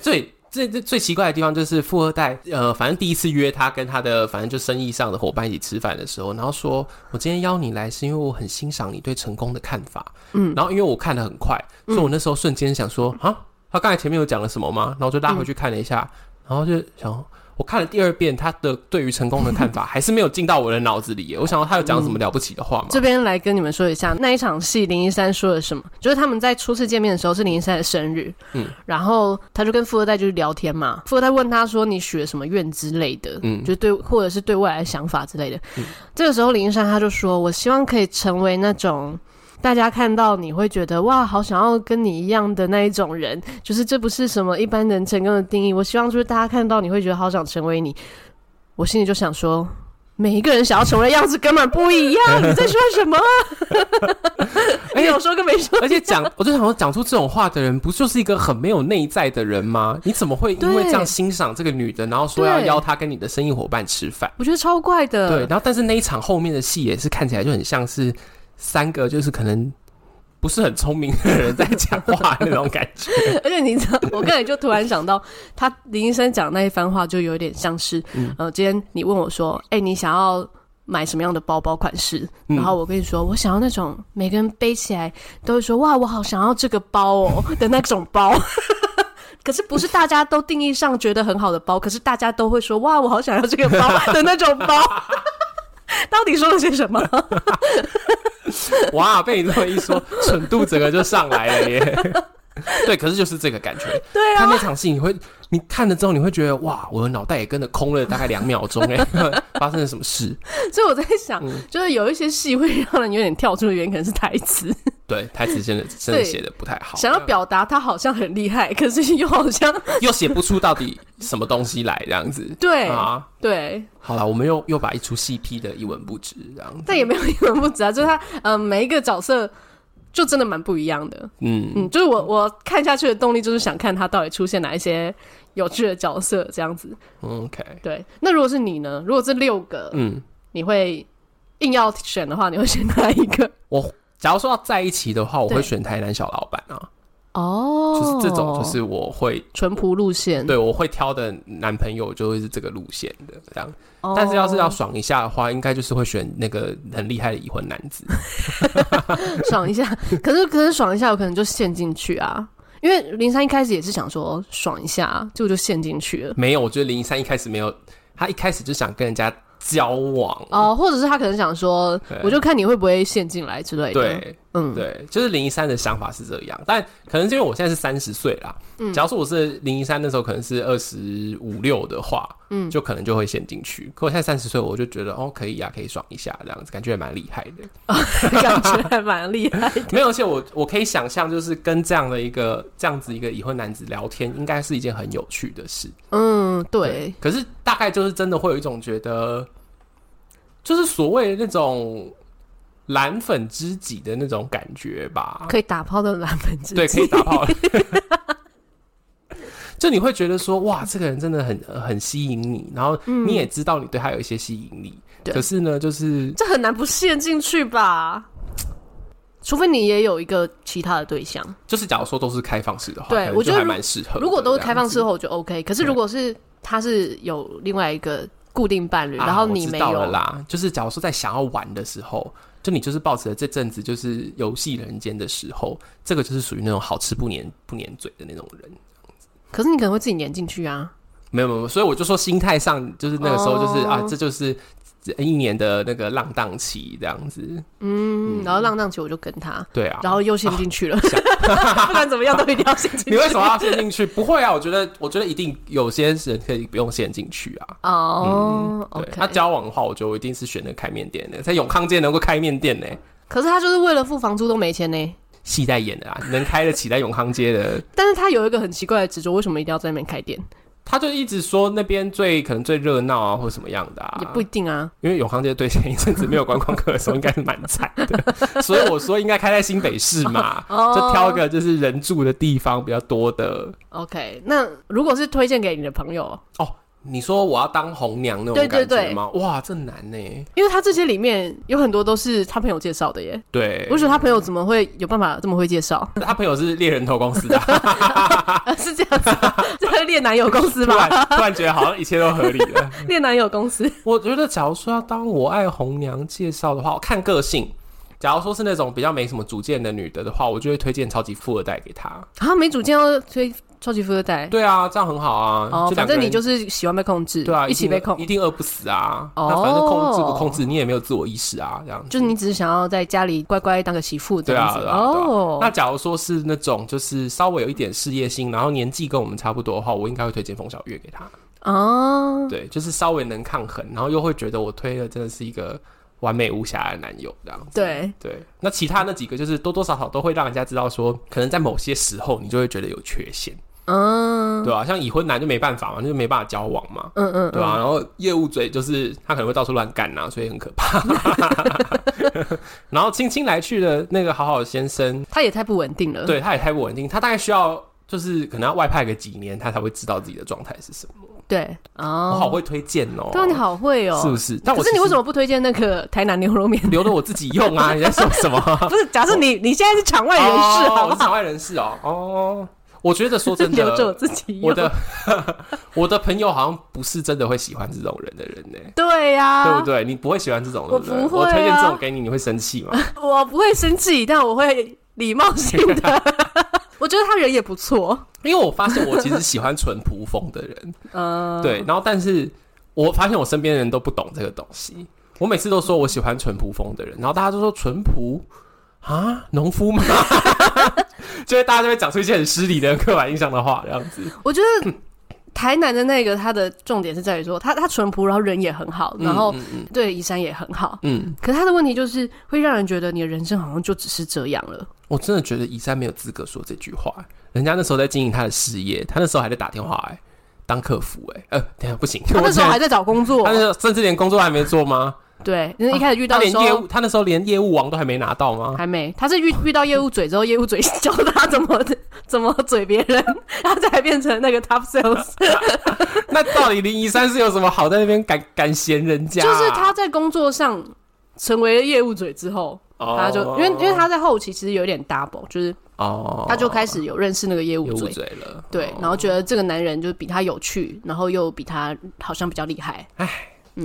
Speaker 1: 最最最最奇怪的地方就是富二代，呃，反正第一次约他跟他的反正就生意上的伙伴一起吃饭的时候，然后说我今天邀你来是因为我很欣赏你对成功的看法，嗯，然后因为我看的很快，所以我那时候瞬间想说啊，他刚才前面有讲了什么吗？然后就拉回去看了一下，然后就想。我看了第二遍，他的对于成功的看法还是没有进到我的脑子里耶。我想说他有讲什么了不起的话吗？
Speaker 2: 这边来跟你们说一下那一场戏，林一山说了什么？就是他们在初次见面的时候是林一山的生日，
Speaker 1: 嗯
Speaker 2: 嗯，然后他就跟富二代就是聊天嘛，富二代问他说你许了什么愿之类的，
Speaker 1: 嗯
Speaker 2: 嗯，就对或者是对未来的想法之类的。这个时候林一山他就说，我希望可以成为那种。大家看到你会觉得哇，好想要跟你一样的那一种人，就是这不是什么一般人成功的定义。我希望就是大家看到你会觉得好想成为你，我心里就想说，每一个人想要成为的样子根本不一样， 你在说什么啊？你有说跟没说？
Speaker 1: 而且讲，我就想说，讲出这种话的人，不就是一个很没有内在的人吗？你怎么会因为
Speaker 2: 对
Speaker 1: 这样欣赏这个女的，然后说要
Speaker 2: 对呃
Speaker 1: 邀她跟你的生意伙伴吃饭？
Speaker 2: 我觉得超怪的。
Speaker 1: 对，然后但是那一场后面的戏也是看起来就很像是三个就是可能不是很聪明的人在讲话那种感觉。
Speaker 2: 而且你知道，我刚才就突然想到，他林医生讲那一番话，就有点像是，呃，今天你问我说，哎、你想要买什么样的包包款式？
Speaker 1: 嗯
Speaker 2: 然后我跟你说，我想要那种每个人背起来都会说，哇，我好想要这个包哦 的那种包。可是不是大家都定义上觉得很好的包，可是大家都会说，哇，我好想要这个包的那种包。 到底说了些什么？
Speaker 1: 哇，被你这么一说， 蠢度整个就上来了耶。对，可是就是这个感觉。
Speaker 2: 对
Speaker 1: 看
Speaker 2: 啊，
Speaker 1: 那场戏，你会你看了之后，你会觉得哇，我的脑袋也跟着空了大概两秒钟哎、 发生了什么事？
Speaker 2: 所以我在想，就是有一些戏会让人有点跳出的原因，可能是台词，
Speaker 1: 对，台词 真的真的写的不太好，
Speaker 2: 想要表达他好像很厉害， 可是又 好像
Speaker 1: 又写不出到底什么东西来这样子。
Speaker 2: 对
Speaker 1: 啊，
Speaker 2: 对，
Speaker 1: 好了，我们又又把一出戏批的一文不值这样子。
Speaker 2: 但也没有一文不值啊，就是他呃每一个角色就真的蛮不一样的。
Speaker 1: 嗯，
Speaker 2: 嗯，就是我我看下去的动力就是想看他到底出现哪一些有趣的角色这样子。
Speaker 1: OK，
Speaker 2: 对，那如果是你呢？如果这六个、
Speaker 1: 嗯，
Speaker 2: 你会硬要选的话，你会选哪一个？
Speaker 1: 我假如说要在一起的话，我
Speaker 2: 对
Speaker 1: 会选台南小老板啊，
Speaker 2: 哦嗯
Speaker 1: 就是这种，就是我会
Speaker 2: 淳朴路线。
Speaker 1: 对我会挑的男朋友就会是这个路线的这样。
Speaker 2: 哦，
Speaker 1: 但是要是要爽一下的话，应该就是会选那个很厉害的已婚男 子。
Speaker 2: 爽一下，可是可是爽一下，有可能就陷进去啊。因为林珊一开始也是想说爽一下，结果就陷进去了。
Speaker 1: 没有，我觉得林一山一开始没有，他一开始就想跟人家交往。
Speaker 2: 哦，或者是他可能想说
Speaker 1: 对，
Speaker 2: 我就看你会不会陷进来之类的。，
Speaker 1: 对
Speaker 2: 嗯，
Speaker 1: 对，就是林一山的想法是这样，但可能是因为我现在是三十岁啦。假如说我是林一山那时候可能是二十五六的话，嗯，就可能就会陷进去。可我现在三十岁，我就觉得哦，可以呀、可以爽一下，这样子感觉也蛮厉害的。
Speaker 2: 感觉还蛮厉 害。
Speaker 1: 没有，而且我我可以想象，就是跟这样的一个这样子一个已婚男子聊天，应该是一件很有趣的事。
Speaker 2: 嗯，对，
Speaker 1: 可是大概就是真的会有一种觉得，就是所谓那种蓝粉知己的那种感觉吧。
Speaker 2: 可以打炮的蓝本之
Speaker 1: 对，可以打 炮。就你会觉得说，哇，这个人真的很很吸引你，然后你也知道你对他有一些吸引力，
Speaker 2: 嗯对
Speaker 1: 可是呢，就是
Speaker 2: 这很难不陷进去吧？除非你也有一个其他的对象，
Speaker 1: 就是假如说都是开放式的话，
Speaker 2: 对
Speaker 1: 可能
Speaker 2: 我
Speaker 1: 就
Speaker 2: 觉得
Speaker 1: 还
Speaker 2: 如
Speaker 1: 蛮适合的这样子。
Speaker 2: 如果都是开放式
Speaker 1: 后，
Speaker 2: 后就 OK。可是如果是他是有另外一个固定伴侣，然后你没
Speaker 1: 啊、我知
Speaker 2: 有
Speaker 1: 道了，啦，就是假如说在想要玩的时候，就你就是抱持了这阵子就是游戏人间的时候，这个就是属于那种好吃不粘不粘嘴的那种人。
Speaker 2: 可是你可能会自己粘进去啊。
Speaker 1: 没有没有，没有所以我就说心态上就是那个时候就是、
Speaker 2: 哦
Speaker 1: 啊，这就是一年的那个浪荡期这样子。
Speaker 2: 嗯，然后浪荡起我就跟他，
Speaker 1: 对啊，
Speaker 2: 然后又陷进去了， 不管怎么样都一定要陷进去。
Speaker 1: 你为什么要陷进去？不会啊，我觉得我觉得一定有些人可以不用陷进去啊。
Speaker 2: 哦
Speaker 1: 嗯对，啊
Speaker 2: ，OK，
Speaker 1: 那交往的话，我觉得我一定是选择开面店的，在永康街能够开面店呢，
Speaker 2: 可是他就是为了付房租都没钱呢。
Speaker 1: 戏在演的啊，能开得起在永康街的
Speaker 2: 但是他有一个很奇怪的执着，为什么一定要在那边开店？
Speaker 1: 他就一直说那边最可能最热闹啊，或者什么样的啊，
Speaker 2: 也不一定啊。
Speaker 1: 因为永康街对前一阵子没有观光客的时候，应该是蛮惨 的，所以我说应该开在新北市嘛，
Speaker 2: 哦
Speaker 1: 就挑一个就是人住的地方比较多的。
Speaker 2: OK，那如果是推荐给你的朋友，
Speaker 1: 哦，你说我要当红娘那
Speaker 2: 对
Speaker 1: 种
Speaker 2: 对
Speaker 1: 感觉吗？哇，这难呢。
Speaker 2: 因为他这些里面有很多都是他朋友介绍的耶。
Speaker 1: 对，
Speaker 2: 我觉得他朋友怎么会有办法这么会介绍？
Speaker 1: 他朋友是猎人头公 司的，
Speaker 2: 啊是这样子吗， 这是恋男友公司
Speaker 1: 突然
Speaker 2: 吧？
Speaker 1: 突然觉得好像一切都合理了。
Speaker 2: 恋男友公司，
Speaker 1: 我觉得，假如说要当我爱红娘介绍的话，我看个性。假如说是那种比较没什么主见的女的的话，我就会推荐超级富二代给她。
Speaker 2: 啊，没主见要推超级富二代。
Speaker 1: 对啊，这样很好啊。
Speaker 2: 哦，
Speaker 1: 就两
Speaker 2: 反
Speaker 1: 个
Speaker 2: 正你
Speaker 1: 人
Speaker 2: 就是喜欢被控制，
Speaker 1: 对啊，
Speaker 2: 一起
Speaker 1: 定
Speaker 2: 被控
Speaker 1: 一，定饿不死啊。
Speaker 2: 哦
Speaker 1: 那反正控制不控制，你也没有自我意识啊，这样子。
Speaker 2: 就是你只是想要在家里乖乖当个媳妇这
Speaker 1: 对
Speaker 2: 样
Speaker 1: 啊，
Speaker 2: 子。
Speaker 1: 对啊对啊
Speaker 2: 哦，
Speaker 1: 那假如说是那种就是稍微有一点事业心，然后年纪跟我们差不多的话，我应该会推荐冯小月给她。
Speaker 2: 哦，
Speaker 1: 对，就是稍微能抗衡，然后又会觉得我推的真的是一个完美无瑕的男友这样子。
Speaker 2: 对
Speaker 1: 对，那其他那几个就是多多少少都会让人家知道说，可能在某些时候你就会觉得有缺陷，
Speaker 2: 嗯，
Speaker 1: 对吧、像已婚男就没办法嘛，就没办法交往嘛，
Speaker 2: 嗯嗯，
Speaker 1: 对吧、啊然后业务嘴就是他可能会到处乱干呐、所以很可怕。 然后青青来去的那个好好先生，
Speaker 2: 他也太不稳定了。，
Speaker 1: 对他也太不稳定，他大概需要。就是可能要外派个几年，他才会知道自己的状态是什么。
Speaker 2: 对，
Speaker 1: 我好
Speaker 2: 哦，
Speaker 1: 会推荐哦、
Speaker 2: 对啊，你好会哦，
Speaker 1: 是不是？但我
Speaker 2: 可是
Speaker 1: 其
Speaker 2: 你
Speaker 1: 实
Speaker 2: 为什么不推荐那个台南牛 肉面？
Speaker 1: 留着我自己用 啊？你在说什么？
Speaker 2: 不是，假设你你现在是场外人士，
Speaker 1: 哦
Speaker 2: 好
Speaker 1: 我
Speaker 2: 不
Speaker 1: 是场
Speaker 2: 好？
Speaker 1: 外人士哦。哦，我觉得说
Speaker 2: 就
Speaker 1: 真的，
Speaker 2: 留着我自己用。
Speaker 1: 我的 我的朋友好像不是真的会喜欢这种人的人呢、
Speaker 2: 对呀，
Speaker 1: 对不？对？你不会喜欢这种，对对？
Speaker 2: 啊我
Speaker 1: 我
Speaker 2: 不会啊
Speaker 1: 推荐这种给你，你会生气 吗？
Speaker 2: 我不会生气，但我会礼貌性 的。 我觉得他人也不错，
Speaker 1: 因为我发现我其实喜欢淳朴风的人，
Speaker 2: 嗯，
Speaker 1: 对。然后，但是我发现我身边的人都不懂这个东西。我每次都说我喜欢淳朴风的人，然后大家都说淳朴啊，农夫吗？ 就是大家就会讲出一些很失礼的刻板印象的话，这样子。
Speaker 2: 我觉得台南的那个，它的重点是在于说，他他淳朴，然后人也很好，然后
Speaker 1: 嗯嗯
Speaker 2: 对宜山也很好。
Speaker 1: 嗯嗯，
Speaker 2: 可是他的问题就是，会让人觉得你的人生好像就只是这样了。
Speaker 1: 我真的觉得宜山没有资格说这句话。人家那时候在经营他的事业，他那时候还在打电话哎、当客服哎、呃，等一下不行，
Speaker 2: 他那时候还
Speaker 1: 在，
Speaker 2: 在找工作
Speaker 1: 他，那时候甚至连工作都还没做吗？
Speaker 2: 对，因为一开始 遇
Speaker 1: 他
Speaker 2: 到的
Speaker 1: 连
Speaker 2: 时
Speaker 1: 业
Speaker 2: 候
Speaker 1: 务，他那时候连业务王都还没拿到吗？
Speaker 2: 还没，他是遇遇到业务嘴之后，业务嘴教他怎么 怎么嘴别人， 他才变成那个 top sales。
Speaker 1: 那到底林一山是有什么好在那边敢敢嫌人家、啊
Speaker 2: 就是他，在工作上成为了业务嘴之后，
Speaker 1: 哦
Speaker 2: 他就因为因为他在后期其实有点 double，就是
Speaker 1: 哦，
Speaker 2: 他就开始有认识那个业务
Speaker 1: 有捂
Speaker 2: 嘴。
Speaker 1: 嘴了，哦
Speaker 2: 对，然后觉得这个男人就是比他有趣，然后又比他好像比较厉害，哎，嗯，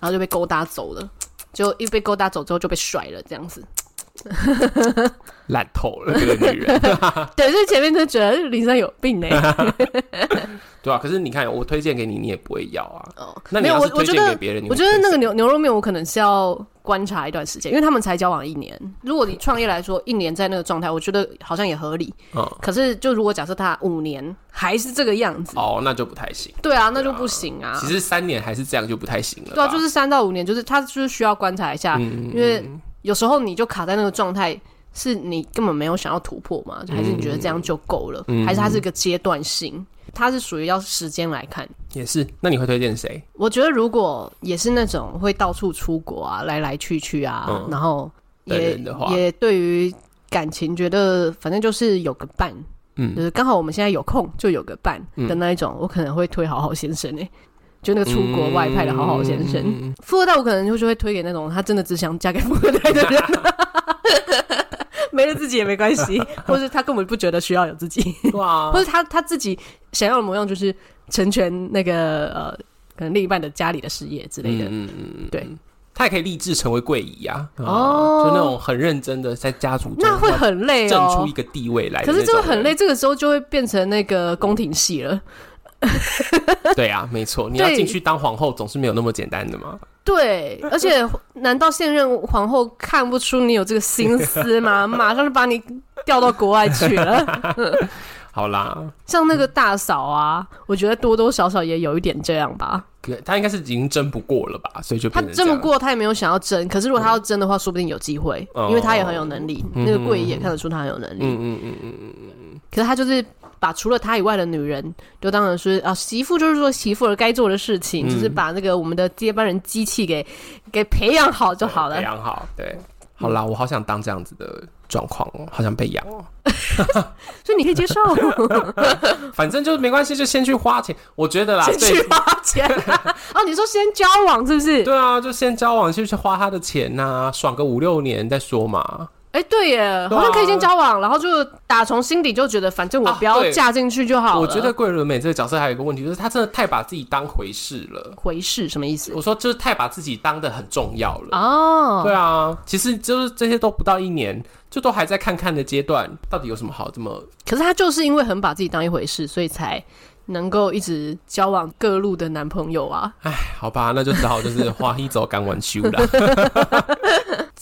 Speaker 2: 然后就被勾搭走了，就一被勾搭走之后就被甩了，这样子。
Speaker 1: 烂透了这个女 人，
Speaker 2: 对，所以前面就觉得林珊有病欸呢、
Speaker 1: 对啊，可是你看，我推荐给你，你也不会要啊。
Speaker 2: 哦，
Speaker 1: 那你
Speaker 2: 没有
Speaker 1: 要
Speaker 2: 我
Speaker 1: 是，
Speaker 2: 我
Speaker 1: 推
Speaker 2: 觉
Speaker 1: 荐
Speaker 2: 得
Speaker 1: 给别人，你
Speaker 2: 我
Speaker 1: 会
Speaker 2: 觉得
Speaker 1: 推
Speaker 2: 那个
Speaker 1: 谁
Speaker 2: 牛牛肉面我可能是要观察一段时间，因为他们才交往一年。如果你创业来说，一年在那个状态，我觉得好像也合理。
Speaker 1: 嗯
Speaker 2: 可是就如果假设他五年还是这个样子，
Speaker 1: 哦，那就不太行。
Speaker 2: 对啊，那就不行啊。
Speaker 1: 其实三年还是这样就不太行了吧。嗯
Speaker 2: 对啊，就是三到五年，就是他就是需要观察一下，因为有时候你就卡在那个状态。是你根本没有想要突破吗？还是你觉得这样就够了？
Speaker 1: 嗯
Speaker 2: 还是它是一个阶段性？它是属于要时间来看。
Speaker 1: 也是。那你会推荐谁？
Speaker 2: 我觉得如果也是那种会到处出国啊，来来去去啊，
Speaker 1: 嗯
Speaker 2: 然后
Speaker 1: 的
Speaker 2: 也
Speaker 1: 人的话
Speaker 2: 也对于感情觉得反正就是有个伴，
Speaker 1: 嗯
Speaker 2: 就是刚好我们现在有空就有个伴
Speaker 1: 嗯
Speaker 2: 的那一种，我可能会推好好先生诶、就那个出国外派的好好先生，
Speaker 1: 嗯
Speaker 2: 富二代我可能就会推给那种他真的只想嫁给富二代的人，没了自己也没 关系，或是他根本不觉得需要有自己。
Speaker 1: 对啊
Speaker 2: 或，者他他自己想要的模样，就是成全那个呃，可能另一半的家里的事业之类的。
Speaker 1: 嗯嗯嗯，
Speaker 2: 对，
Speaker 1: 他也可以立志成为贵姨啊。啊
Speaker 2: 哦
Speaker 1: 就那种很认真的在家族中
Speaker 2: 那会很累
Speaker 1: 挣出
Speaker 2: 哦
Speaker 1: 一。个地位来。
Speaker 2: 可是这个很累，，这个时候就会变成那个宫廷戏了。
Speaker 1: 对啊，没错，你要
Speaker 2: 对
Speaker 1: 进去当皇后总是没有那么简单的嘛。
Speaker 2: 对，而且难道现任皇后看不出你有这个心思吗？马上就把你调到国外去了。
Speaker 1: 好啦，
Speaker 2: 像那个大嫂啊，我觉得多多少少也有一点这样吧。
Speaker 1: 可他应该是已经争不过了吧，所以就
Speaker 2: 他
Speaker 1: 变成
Speaker 2: 争不
Speaker 1: 样。
Speaker 2: 过，他也没有想要争。可是如果他要争的话，说不定有机会，
Speaker 1: 哦
Speaker 2: 因为他也很有能力。
Speaker 1: 嗯
Speaker 2: 那个贵姨也看得出他很有能力。
Speaker 1: 嗯嗯嗯嗯嗯，
Speaker 2: 可是他就是把除了他以外的女人，就当然是啊，媳妇就是做媳妇儿该做的事
Speaker 1: 嗯
Speaker 2: 情，就是把那个我们的接班人机器给给培养好就好了
Speaker 1: 对培。养好，对。好啦，我好想当这样子的状况哦，好想被养哦。
Speaker 2: 所以你可 以接受，
Speaker 1: 啊反正就没关系，就先去花钱。我觉得啦，
Speaker 2: 先去
Speaker 1: 对
Speaker 2: 花钱、 啊、哦。你说先交往是不是？
Speaker 1: 对啊，就先交往，就去花他的钱呐、爽个五六年再说嘛。
Speaker 2: 哎、对耶，
Speaker 1: 对啊
Speaker 2: 好像可以先交往，然后就打从心底就觉得，反正我
Speaker 1: 啊
Speaker 2: 不要
Speaker 1: 对
Speaker 2: 嫁进去就好了。
Speaker 1: 我觉得桂纶镁这个角色还有一个问题，就是她真的太把自己当回事了。
Speaker 2: 回事什么意思？
Speaker 1: 我说，就是太把自己当的很重要了。
Speaker 2: 哦，
Speaker 1: 对啊，其实就是这些都不到一年，就都还在看看的阶段，到底有什么好这么
Speaker 2: 可是他就是因为很把自己当一回事，所以才能够一直交往各路的男朋友啊。
Speaker 1: 好吧，那就只好就是花一走赶晚修啦。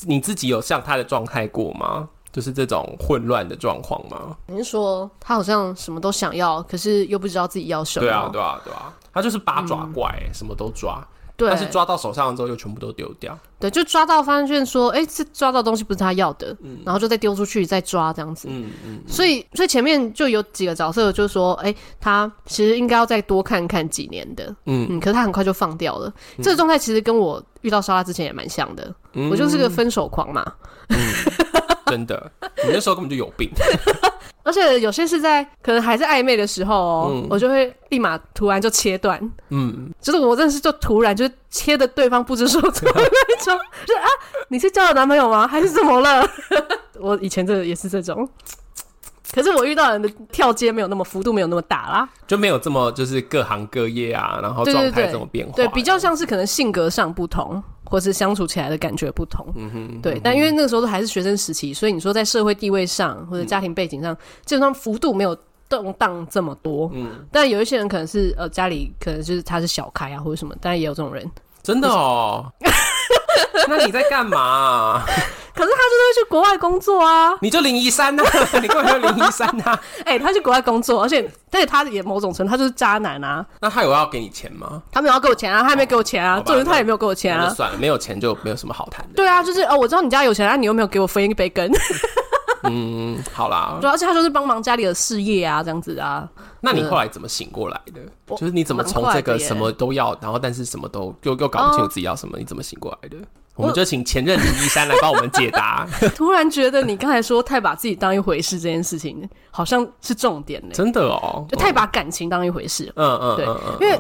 Speaker 1: 你自己有像他的状态过吗？就是这种混乱的状况吗？
Speaker 2: 你是说他好像什么都想要，可是又不知道自己要什么？
Speaker 1: 对啊，对啊，对啊，他就是八爪
Speaker 2: 嗯
Speaker 1: 怪、什么都抓，
Speaker 2: 对
Speaker 1: 啊但是抓到手上之后又全部都丢掉。
Speaker 2: 对，就抓到发现说，哎、这抓到东西不是他要的，然后就再丢出去，再抓这样子。
Speaker 1: 嗯嗯，
Speaker 2: 所以，所以前面就有几个角色就说，哎、他其实应该要再多看看几年的，
Speaker 1: 嗯
Speaker 2: 嗯，可是他很快就放掉了。这个状态其实跟我遇到莎拉之前也蛮像的，
Speaker 1: 嗯
Speaker 2: 我就是个分手狂嘛。
Speaker 1: 真的，你那时候根本就有病。
Speaker 2: 而且有些是在可能还在暧昧的时候哦，
Speaker 1: 嗯
Speaker 2: 我就会立马突然就切断，
Speaker 1: 嗯，
Speaker 2: 就是我认识就突然就是切的对方不知所措那种，就啊，你是交了男朋友吗？还是怎么了？ 我以前真的也是这种，可是我遇到人的跳接没有那么幅度没有那么大啦，
Speaker 1: 就没有这么就是各行各业啊，然后
Speaker 2: 对
Speaker 1: 状
Speaker 2: 对
Speaker 1: 态
Speaker 2: 对，
Speaker 1: 这么变化，
Speaker 2: 对，比较像是可能性格上不同，或是相处起来的感觉不同，嗯哼，对。但因为那个时候都还是学生时期，所以你说在社会地位上
Speaker 1: 嗯
Speaker 2: 或者家庭背景上，基本上幅度没有。动荡这么多，嗯，但有一些人可能是呃家里可能就是他是小开啊或者 什么，但也有这种人，
Speaker 1: 真的哦。那你在干嘛、
Speaker 2: 可是他就是会去国外工作啊。
Speaker 1: 你就零一三呐， 你根本就零一三啊呐。
Speaker 2: 哎、他去国外工作，而且但是他也某种程度他就是渣男啊。
Speaker 1: 那他有要给你钱吗？
Speaker 2: 他没有要给我钱啊，他还没给我钱啊，
Speaker 1: 哦好吧
Speaker 2: 重点他也没有给我钱
Speaker 1: 那
Speaker 2: 啊
Speaker 1: 就。算了，没有钱就没有什么好谈的。
Speaker 2: 对啊，就是哦，我知道你家有钱，但你又没有给我分一杯羹。
Speaker 1: 嗯，好啦
Speaker 2: 主，要是啊他就是帮忙家里的事业啊，这样子啊。
Speaker 1: 那你后来怎么醒过来的？
Speaker 2: 我
Speaker 1: 就是你怎么从
Speaker 2: 蛮
Speaker 1: 这
Speaker 2: 快的
Speaker 1: 个
Speaker 2: 耶
Speaker 1: 什么都要，然后但是什么都又又搞不清楚自己要什么，你怎么醒过来的？我们就请前任林一山来帮我们解答，
Speaker 2: 突然觉得你刚才说太把自己当一回事这件事情，好像是重点呢、
Speaker 1: 真的哦，
Speaker 2: 就太把感情当一回事了。
Speaker 1: 嗯嗯
Speaker 2: 对
Speaker 1: 嗯嗯，
Speaker 2: 因为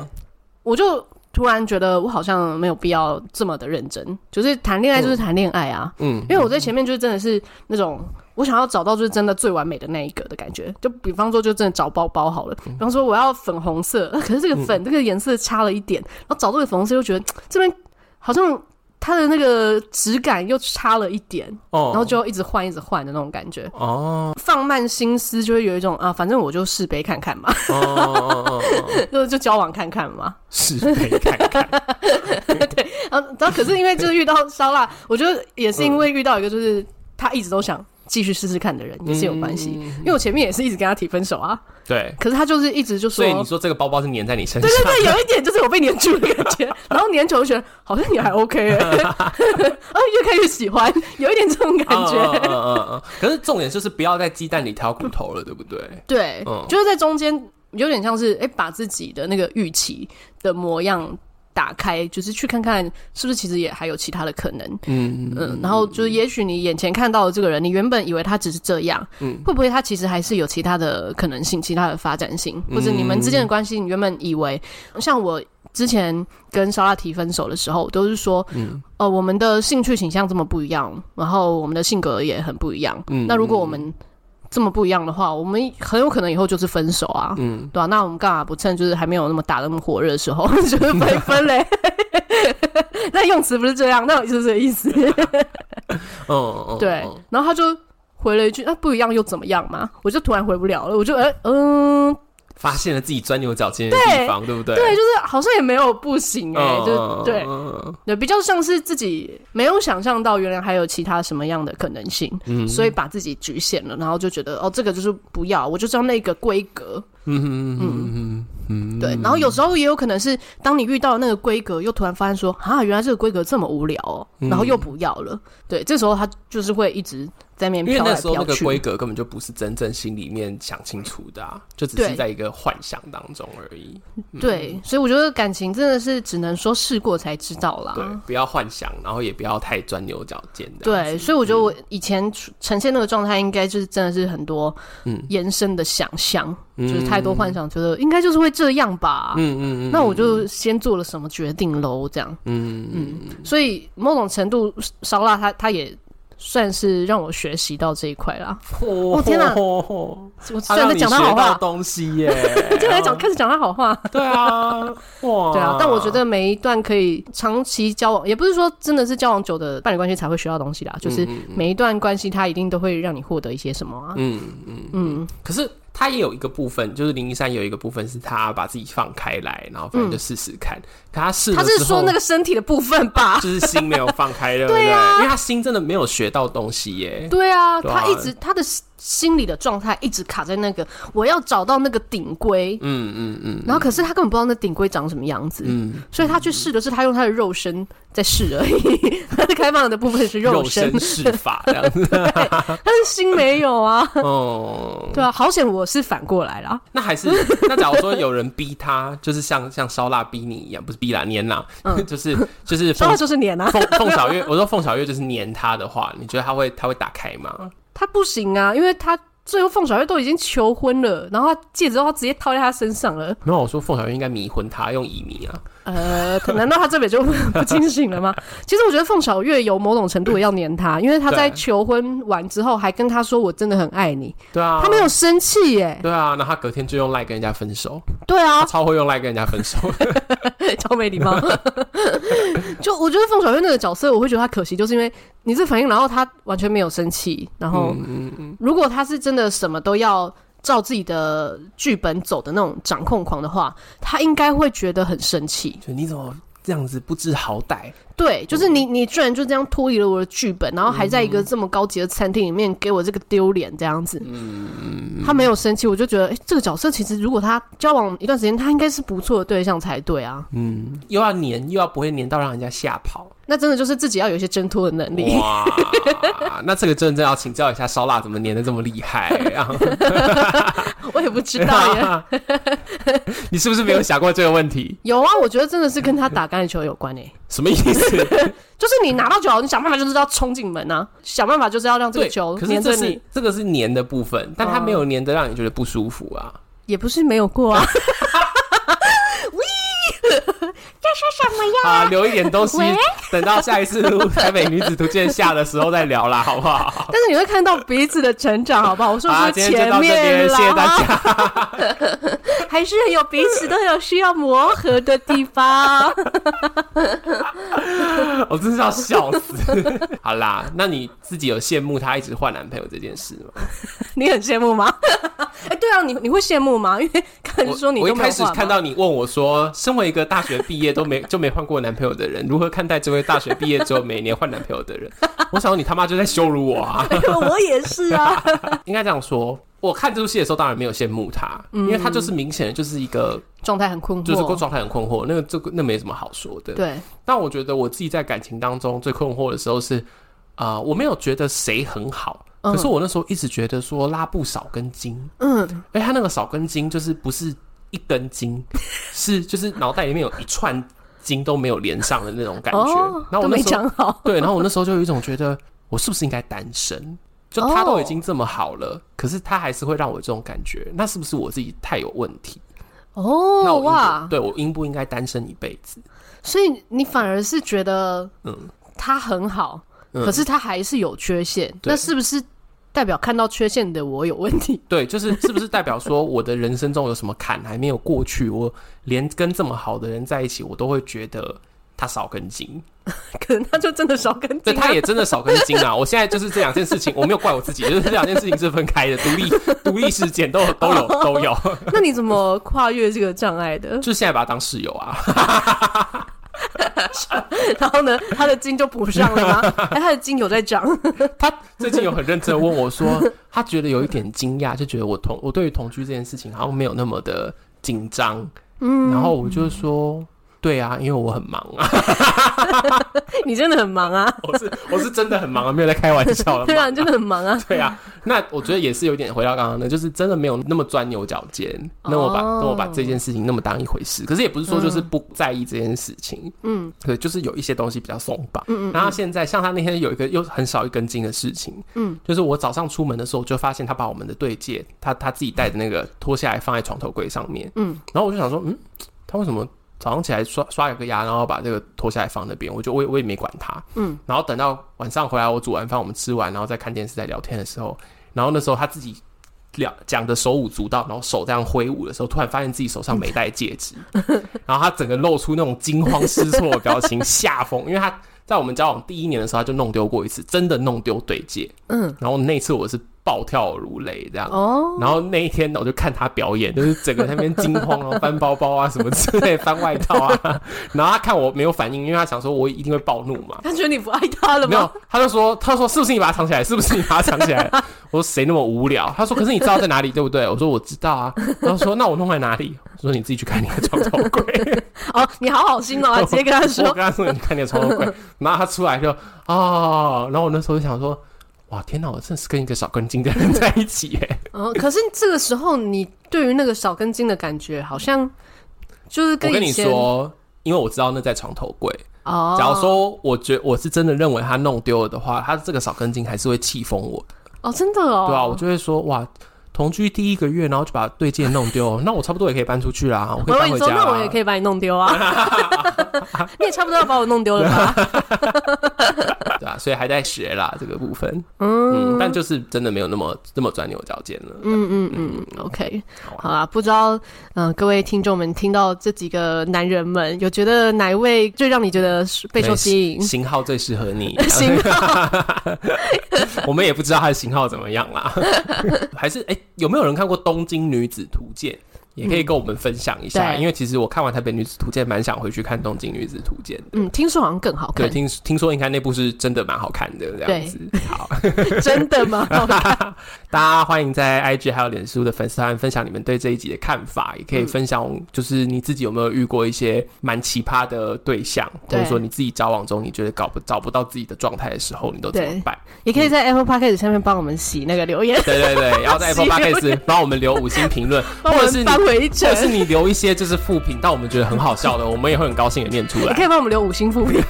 Speaker 2: 我就突然觉得我好像没有必要这么的认真，就是谈恋爱就是谈恋爱啊。
Speaker 1: 嗯
Speaker 2: 因为我在前面就是真的是那种我想要找到就是真的最完美的那一个的感觉，就比方说就真的找包包好了，
Speaker 1: 嗯
Speaker 2: 比方说我要粉红色， 呃可是这个粉这个颜色差了一点，然后找这个粉红色又觉得嘖这边好像。它的那个质感又差了一点，
Speaker 1: 哦
Speaker 2: 然后就一直换一直换的那种感觉，
Speaker 1: 哦
Speaker 2: 放慢心思就会有一种啊，反正我就试杯看看嘛，
Speaker 1: 哦哦哦，哦
Speaker 2: 就就交往看看嘛。
Speaker 1: 是可以看看，
Speaker 2: 然后，啊然后可是因为就是遇到 烧腊，我觉得也是因
Speaker 1: 嗯
Speaker 2: 为遇到一个就是他一直都想继续试试看的人，也是有关系。因为我前面也是一直跟他提分手啊，
Speaker 1: 对。
Speaker 2: 可是他就是一直就说
Speaker 1: 所以，你说这个包包是粘在你身上
Speaker 2: 对，对对，有一点就是我被黏住的感觉，然后黏久就觉得好像你还 OK，欸 然后越看越喜欢，有一点这种感
Speaker 1: 嗯嗯
Speaker 2: 觉。
Speaker 1: 嗯嗯嗯。可是重点就是不要在鸡蛋里挑骨头了，对不对？
Speaker 2: 对
Speaker 1: 嗯，
Speaker 2: 就是在中间有点像是哎、诶把自己的那个预期的模样。打开，就是去看看是不是其实也还有其他的可能，
Speaker 1: 嗯
Speaker 2: 嗯，然后就是，也许你眼前看到的这个人，你原本以为他只是这样，
Speaker 1: 嗯
Speaker 2: 会不会他其实还是有其他的可能性、其他的发展性，
Speaker 1: 嗯
Speaker 2: 或者你们之间的关系，你原本以为，像我之前跟烧腊提分手的时候，我都是说，
Speaker 1: 嗯
Speaker 2: 呃，我们的兴趣倾向这么不一样，然后我们的性格也很不一样，
Speaker 1: 嗯
Speaker 2: 那如果我们这么不一样的话，我们很有可能以后就是分手啊，
Speaker 1: 嗯，
Speaker 2: 对啊，那我们干嘛不趁就是还没有那么打得那么火热的时候，就是分 分嘞？那用词不是这样，那我就是这个意思。
Speaker 1: 嗯嗯嗯，
Speaker 2: 对，然后他就回了一句：“那、不一样又怎么样嘛？”我就突然回不了了，我就哎嗯、
Speaker 1: 发现了自己钻牛角尖的地方，对不对？
Speaker 2: 对，就是好像也没有不行哎、
Speaker 1: 嗯，
Speaker 2: 就对
Speaker 1: 嗯
Speaker 2: 对，比较像是自己没有想象到原来还有其他什么样的可能性，
Speaker 1: 嗯
Speaker 2: 所以把自己局限了，然后就觉得哦，这个就是不要，我就知道那个规格，
Speaker 1: 嗯嗯嗯
Speaker 2: 对，然后有时候也有可能是，当你遇到那个规格，又突然发现说啊，原来这个规格这么无聊哦，然
Speaker 1: 嗯
Speaker 2: 后又不要了。对，这时候他就是会一直在那边
Speaker 1: 因为
Speaker 2: 飘
Speaker 1: 那
Speaker 2: 来
Speaker 1: 时候
Speaker 2: 飘
Speaker 1: 那个
Speaker 2: 去。
Speaker 1: 规格根本就不是真正心里面想清楚的、啊，就只是
Speaker 2: 对
Speaker 1: 在一个幻想当中而已。
Speaker 2: 对，所以我觉得感情真的是只能说试过才知道
Speaker 1: 对
Speaker 2: 啦。，
Speaker 1: 不要幻想，然后也不要太钻牛角尖的。
Speaker 2: 对，所以我觉得我以前出呈现那个状态，应该就是真的是很多
Speaker 1: 嗯
Speaker 2: 延伸的想象，
Speaker 1: 嗯
Speaker 2: 就是太多幻想，觉得应该就是会这样吧。
Speaker 1: 嗯嗯嗯，
Speaker 2: 那我就先做了什么决定喽，这样。
Speaker 1: 嗯嗯
Speaker 2: 所以某种程度，烧腊他他也算是让我学习到这一块啦。
Speaker 1: 哦
Speaker 2: 嗯天哪
Speaker 1: 哪！
Speaker 2: 我虽然在讲他好
Speaker 1: 到
Speaker 2: 话，
Speaker 1: 东西耶，
Speaker 2: 就在讲开始讲他好话，
Speaker 1: 对啊，哇，
Speaker 2: 对啊。但我觉得每一段可以长期交往，也不是说真的是交往久的伴侣关系才会学到东西
Speaker 1: 嗯
Speaker 2: 啦，就是每一段关系它一定都会让你获得一些什么啊。
Speaker 1: 嗯嗯
Speaker 2: 嗯，
Speaker 1: 可是他也有一个部分，就是零一三有一个部分是他把自己放开来，然后反正就试试看。可他试了
Speaker 2: 他
Speaker 1: 之后，
Speaker 2: 是说那个身体的部分吧？
Speaker 1: 就是心没有放开，对不对？
Speaker 2: 对啊
Speaker 1: 因为他心真的没有学到东西耶。
Speaker 2: 对啊，
Speaker 1: 对啊
Speaker 2: 他一直他的心理的状态一直卡在那个我要找到那个顶规，
Speaker 1: 嗯嗯嗯
Speaker 2: 然后可是他根本不知道那顶规长什么样子，
Speaker 1: 嗯，
Speaker 2: 所以他去试的是他用他的肉身在试而已， 他的开放的部分是肉
Speaker 1: 肉
Speaker 2: 身
Speaker 1: 身，试法这样子。
Speaker 2: 但是心没有啊。
Speaker 1: 哦，
Speaker 2: 对啊，好险我是反过来啦。
Speaker 1: 那还是那假如说有人逼他，就是像像烧腊逼你一样，不是逼啦，黏啦，
Speaker 2: 嗯
Speaker 1: 就是就是
Speaker 2: 说
Speaker 1: 凤
Speaker 2: 话就是脸啊，
Speaker 1: 凤凤小月，我说凤小月就是黏他的话，你觉得他会他会打开吗？
Speaker 2: 他不行啊，因为他最后凤小月都已经求婚了，然后他戒指都要直接套在他身上了。
Speaker 1: 没有，我说凤小月应该迷昏他，用乙醚啊。
Speaker 2: 呃， 难道他这边就不清醒 了吗？其实我觉得凤小月有某种程度的要黏他，因为他在
Speaker 1: 对
Speaker 2: 求婚完之后还跟他说我真的很爱你，
Speaker 1: 对啊，
Speaker 2: 他没有生气耶。
Speaker 1: 对啊，那他隔天就用赖跟人家分手，
Speaker 2: 对啊
Speaker 1: 他，超会用赖跟人家分手。
Speaker 2: 超没礼 貌。就我觉得凤小岳那个角色，我会觉得他可惜，就是因为你这反应，然后他完全没有生气。然后，
Speaker 1: 嗯
Speaker 2: 如果他是真的什么都要照自己的剧本走的那种掌控狂的话，他应该会觉得很生气。
Speaker 1: 就你怎么这样子不知好歹，
Speaker 2: 对，就是你，你居然就这样脱离了我的剧本，然后还在一个这么高级的餐厅里面给我这个丢脸这样子。他没有生气，我就觉得，哎、这个角色其实如果他交往一段时间，他应该是不错的对象才对啊。
Speaker 1: 嗯，又要黏，又要不会黏到让人家吓跑。
Speaker 2: 那真的就是自己要有一些挣脱的能力。
Speaker 1: 哇，啊那这个真的要请教一下烧腊怎么粘的这么厉 害、啊？
Speaker 2: 我也不知道耶。
Speaker 1: 你是不是没有想过这个问题？
Speaker 2: 有啊，我觉得真的是跟他打橄榄球有关诶、
Speaker 1: 什么意思？
Speaker 2: 就是你拿到球，你想办法就是要冲进门啊，想办法就是要 让这个球
Speaker 1: 可是
Speaker 2: 黏着
Speaker 1: 这
Speaker 2: 你啊
Speaker 1: 是。这个是粘的部分，但它没有粘的让你觉得不舒服啊。
Speaker 2: 也不是没有 过啊，
Speaker 1: 啊，留一点东西， 等到下一 次录台北女子图鉴下的时候再聊啦，好不 好？
Speaker 2: 但是你会看到彼此的成长，好不好？我说
Speaker 1: 啊，
Speaker 2: 的
Speaker 1: 今
Speaker 2: 是
Speaker 1: 天就到
Speaker 2: 前
Speaker 1: 这
Speaker 2: 面
Speaker 1: 边，
Speaker 2: 啦，
Speaker 1: 谢谢大家。
Speaker 2: 还是很有彼此都有需要磨合的地方。
Speaker 1: 我真是要笑死。 好啦，那你自己有羡慕她一直换男朋友这件事吗？
Speaker 2: 你很羡慕吗？ 哎、对啊，你你会羡慕吗？因为刚才
Speaker 1: 我
Speaker 2: 说你
Speaker 1: 我一
Speaker 2: 都没
Speaker 1: 开
Speaker 2: 有
Speaker 1: 始
Speaker 2: 换
Speaker 1: 看
Speaker 2: 嘛
Speaker 1: 到你问我说，身为一个大学毕业都没就没换过男朋友的人，如何看待这位大学毕业之后每年换男朋友的人？我想说你他妈就在羞辱我啊！
Speaker 2: 我也是啊，
Speaker 1: 应该这样说。我看这部戏的时候，当然没有羡慕她，因为她
Speaker 2: 嗯
Speaker 1: 就是明显的就是一个，
Speaker 2: 状态很困惑，
Speaker 1: 就是状态很困惑，那个这个那没什么好说的。
Speaker 2: 对，
Speaker 1: 但我觉得我自己在感情当中最困惑的时候是，啊、我没有觉得谁很好，
Speaker 2: 嗯
Speaker 1: 可是我那时候一直觉得说拉布少根筋，
Speaker 2: 嗯，
Speaker 1: 哎，他那个少根筋就是不是一根筋，是就是脑袋里面有一串筋都没有连上的那种感觉。
Speaker 2: 哦，
Speaker 1: 然后我
Speaker 2: 都没
Speaker 1: 那时候
Speaker 2: 讲好，
Speaker 1: 对，然后我那时候就有一种觉得，我是不是应该单身？就他都已经这么好了可是他还是会让我有这种感觉，那是不是我自己太有问题？那
Speaker 2: 哦
Speaker 1: 我应不
Speaker 2: 哇，
Speaker 1: 对我应不应该单身一辈子？
Speaker 2: 所以你反而是觉得，
Speaker 1: 嗯
Speaker 2: 他很好，
Speaker 1: 嗯
Speaker 2: 可是他还是有缺陷，
Speaker 1: 对
Speaker 2: 那是不是代表看到缺陷的我有问题？
Speaker 1: 对，就是是不是代表说我的人生中有什么坎还没有过去？我连跟这么好的人在一起，我都会觉得他少根筋。
Speaker 2: 可能他就真的少根筋、
Speaker 1: 对，
Speaker 2: 啊，
Speaker 1: 他也真的少根筋啊！我现在就是这两件事情，我没有怪我自己，就是这两件事情是分开的，独立独立事件都有都有都有。
Speaker 2: 那你怎么跨越这个障碍 的？
Speaker 1: 就现在把他当室友啊，
Speaker 2: 然后呢，他的筋就补上 了吗？哎，他的筋有在长，
Speaker 1: 他最近有很认真地问我说，他觉得有一点惊讶，就觉得我同我对于同居这件事情好像没有那么的紧张。嗯，然后我就说，对啊，因为我很忙啊。
Speaker 2: 你真的很忙啊，
Speaker 1: 我是我是真的很忙，没有在开玩笑 了。
Speaker 2: 对啊，你真的很忙啊。
Speaker 1: 对啊，那我觉得也是有点回到刚刚的，就是真的没有那么钻牛角尖，那我把、
Speaker 2: 哦
Speaker 1: 那我把这件事情那么当一回事，可是也不是说就是不在意这件事情，嗯，对，就是有一些东西比较松绑，嗯嗯然后现在像他那天有一个又很少一根筋的事情，嗯，就是我早上出门的时候，我就发现他把我们的对戒，他他自己带的那个脱下来放在床头柜上面，嗯，然后我就想说，嗯，他为什么？早上起来刷刷了个牙，然后把这个脱下来放那边，我就我也我也没管他，嗯，然后等到晚上回来，我煮完饭我们吃完，然后再看电视在聊天的时候，然后那时候他自己聊讲的手舞足蹈，然后手这样挥舞的时候，突然发现自己手上没戴戒 指，然后他整个露出那种惊慌失措的表情， 吓疯，因为他在我们交往第一年的时候他就弄丢过一次，真的弄丢对戒，嗯，然后那次我是暴跳如雷这样，
Speaker 2: 哦，
Speaker 1: 然后那一天呢，我就看他表演，就是整个在那边惊慌，然后翻包包啊 什么之类，翻外套啊。然后他看我没有反应，因为他想说我一定会暴怒 嘛。
Speaker 2: 他觉得你不爱他了
Speaker 1: 没有
Speaker 2: 吗？，
Speaker 1: 他就说，他说是不是你把它藏起来？是不是你把它藏起来？我说谁那么无聊？他说可是你知道在哪里对不对？我说我知道啊。然后说那我弄在哪里？我说你自己去看你的床头柜。
Speaker 2: 哦，你好好 心哦，还直接跟他
Speaker 1: 我
Speaker 2: 说，
Speaker 1: 跟他说你看你的床头柜，然后他出来就哦，然后我那时候就想说，哇天哪，我真的是跟一个少根筋的人在一起耶。
Speaker 2: 哦，可是这个时候你对于那个少根筋的感觉，好像就是
Speaker 1: 我跟
Speaker 2: 以
Speaker 1: 你
Speaker 2: 前
Speaker 1: 说，因为我知道那在床头柜。
Speaker 2: 哦，
Speaker 1: 假如说我觉我是真的认为他弄丢了的话，他这个少根筋还是会气疯我的，
Speaker 2: 哦，真的哦，
Speaker 1: 对啊，我就会说哇，同居第一个月，然后就把对戒弄丢了，那我差不多也可以搬出去啦，我可以
Speaker 2: 我跟
Speaker 1: 搬
Speaker 2: 你
Speaker 1: 回
Speaker 2: 说，
Speaker 1: 家啊
Speaker 2: 那我也可
Speaker 1: 以。
Speaker 2: 以把你弄丢啊， 你也差不多要把我弄丢了吧？
Speaker 1: 对啊，所以还在学啦这个部分，
Speaker 2: 嗯
Speaker 1: 嗯，但就是真的没有那么那么钻牛角尖了。
Speaker 2: 嗯嗯嗯，OK，
Speaker 1: 好啊
Speaker 2: 好啦，不知道嗯、呃各位听众们听到这几个男人们，有觉得哪一位最让你觉得是备受吸引
Speaker 1: 对？型号最适合你，
Speaker 2: 型
Speaker 1: 我们也 不知道他的型号怎么样啦。还是哎、有没有人看过《东京女子图鉴》？也可以跟我们分享一下，
Speaker 2: 嗯对
Speaker 1: 因为其实我看完《台北女子图鉴》，蛮想回去看《东京女子图鉴》的。
Speaker 2: 嗯，听说好像更好
Speaker 1: 对，
Speaker 2: 看，
Speaker 1: 听听说应该那部是真的蛮好看的，这样子。好，
Speaker 2: 真 的吗？
Speaker 1: 大家欢迎在 IG 还有脸书的粉丝团分享你们对这一集的看法，也可
Speaker 2: 嗯
Speaker 1: 以分享就是你自己有没有遇过一些蛮奇葩的对象，或
Speaker 2: 对
Speaker 1: 者说你自己交往中你觉得搞不找不到自己的状态的时候，你都怎么办？
Speaker 2: 也可以在 Apple Podcast 下面帮我们洗那个留 言，
Speaker 1: 对对对， 然后在 Apple
Speaker 2: 喜欢
Speaker 1: Podcast 帮我们留五星评 论，或
Speaker 2: 帮我
Speaker 1: 者是
Speaker 2: 们
Speaker 1: 你
Speaker 2: 翻
Speaker 1: 或
Speaker 2: 回一圈
Speaker 1: 者，是你留一些就是负评，但我们觉得很好笑 的，我们也会很高兴的念出
Speaker 2: 也
Speaker 1: 来
Speaker 2: 可。以帮我们留五星负 评，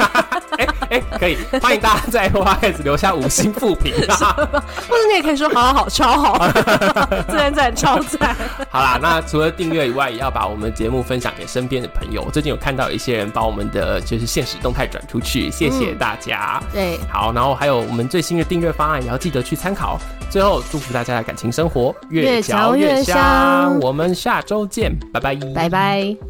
Speaker 1: 哎哎、可以，欢迎大家在 Apple Podcast 留下五星负评。啊
Speaker 2: 或者你也可以说好好好，超 好， 赞赞超赞，
Speaker 1: 好啦，那除了订阅以外，也要把我们节目分享给身边的朋友。我最近有看到有一些人把我们的就是现实动态转出去，谢谢大家。
Speaker 3: 对，
Speaker 1: 好，然后还有我们最新的订阅方案，也要记得去参考。最后，祝福大家的感情生活
Speaker 3: 越嚼越香
Speaker 1: 我们下周见，拜拜，
Speaker 3: 拜拜。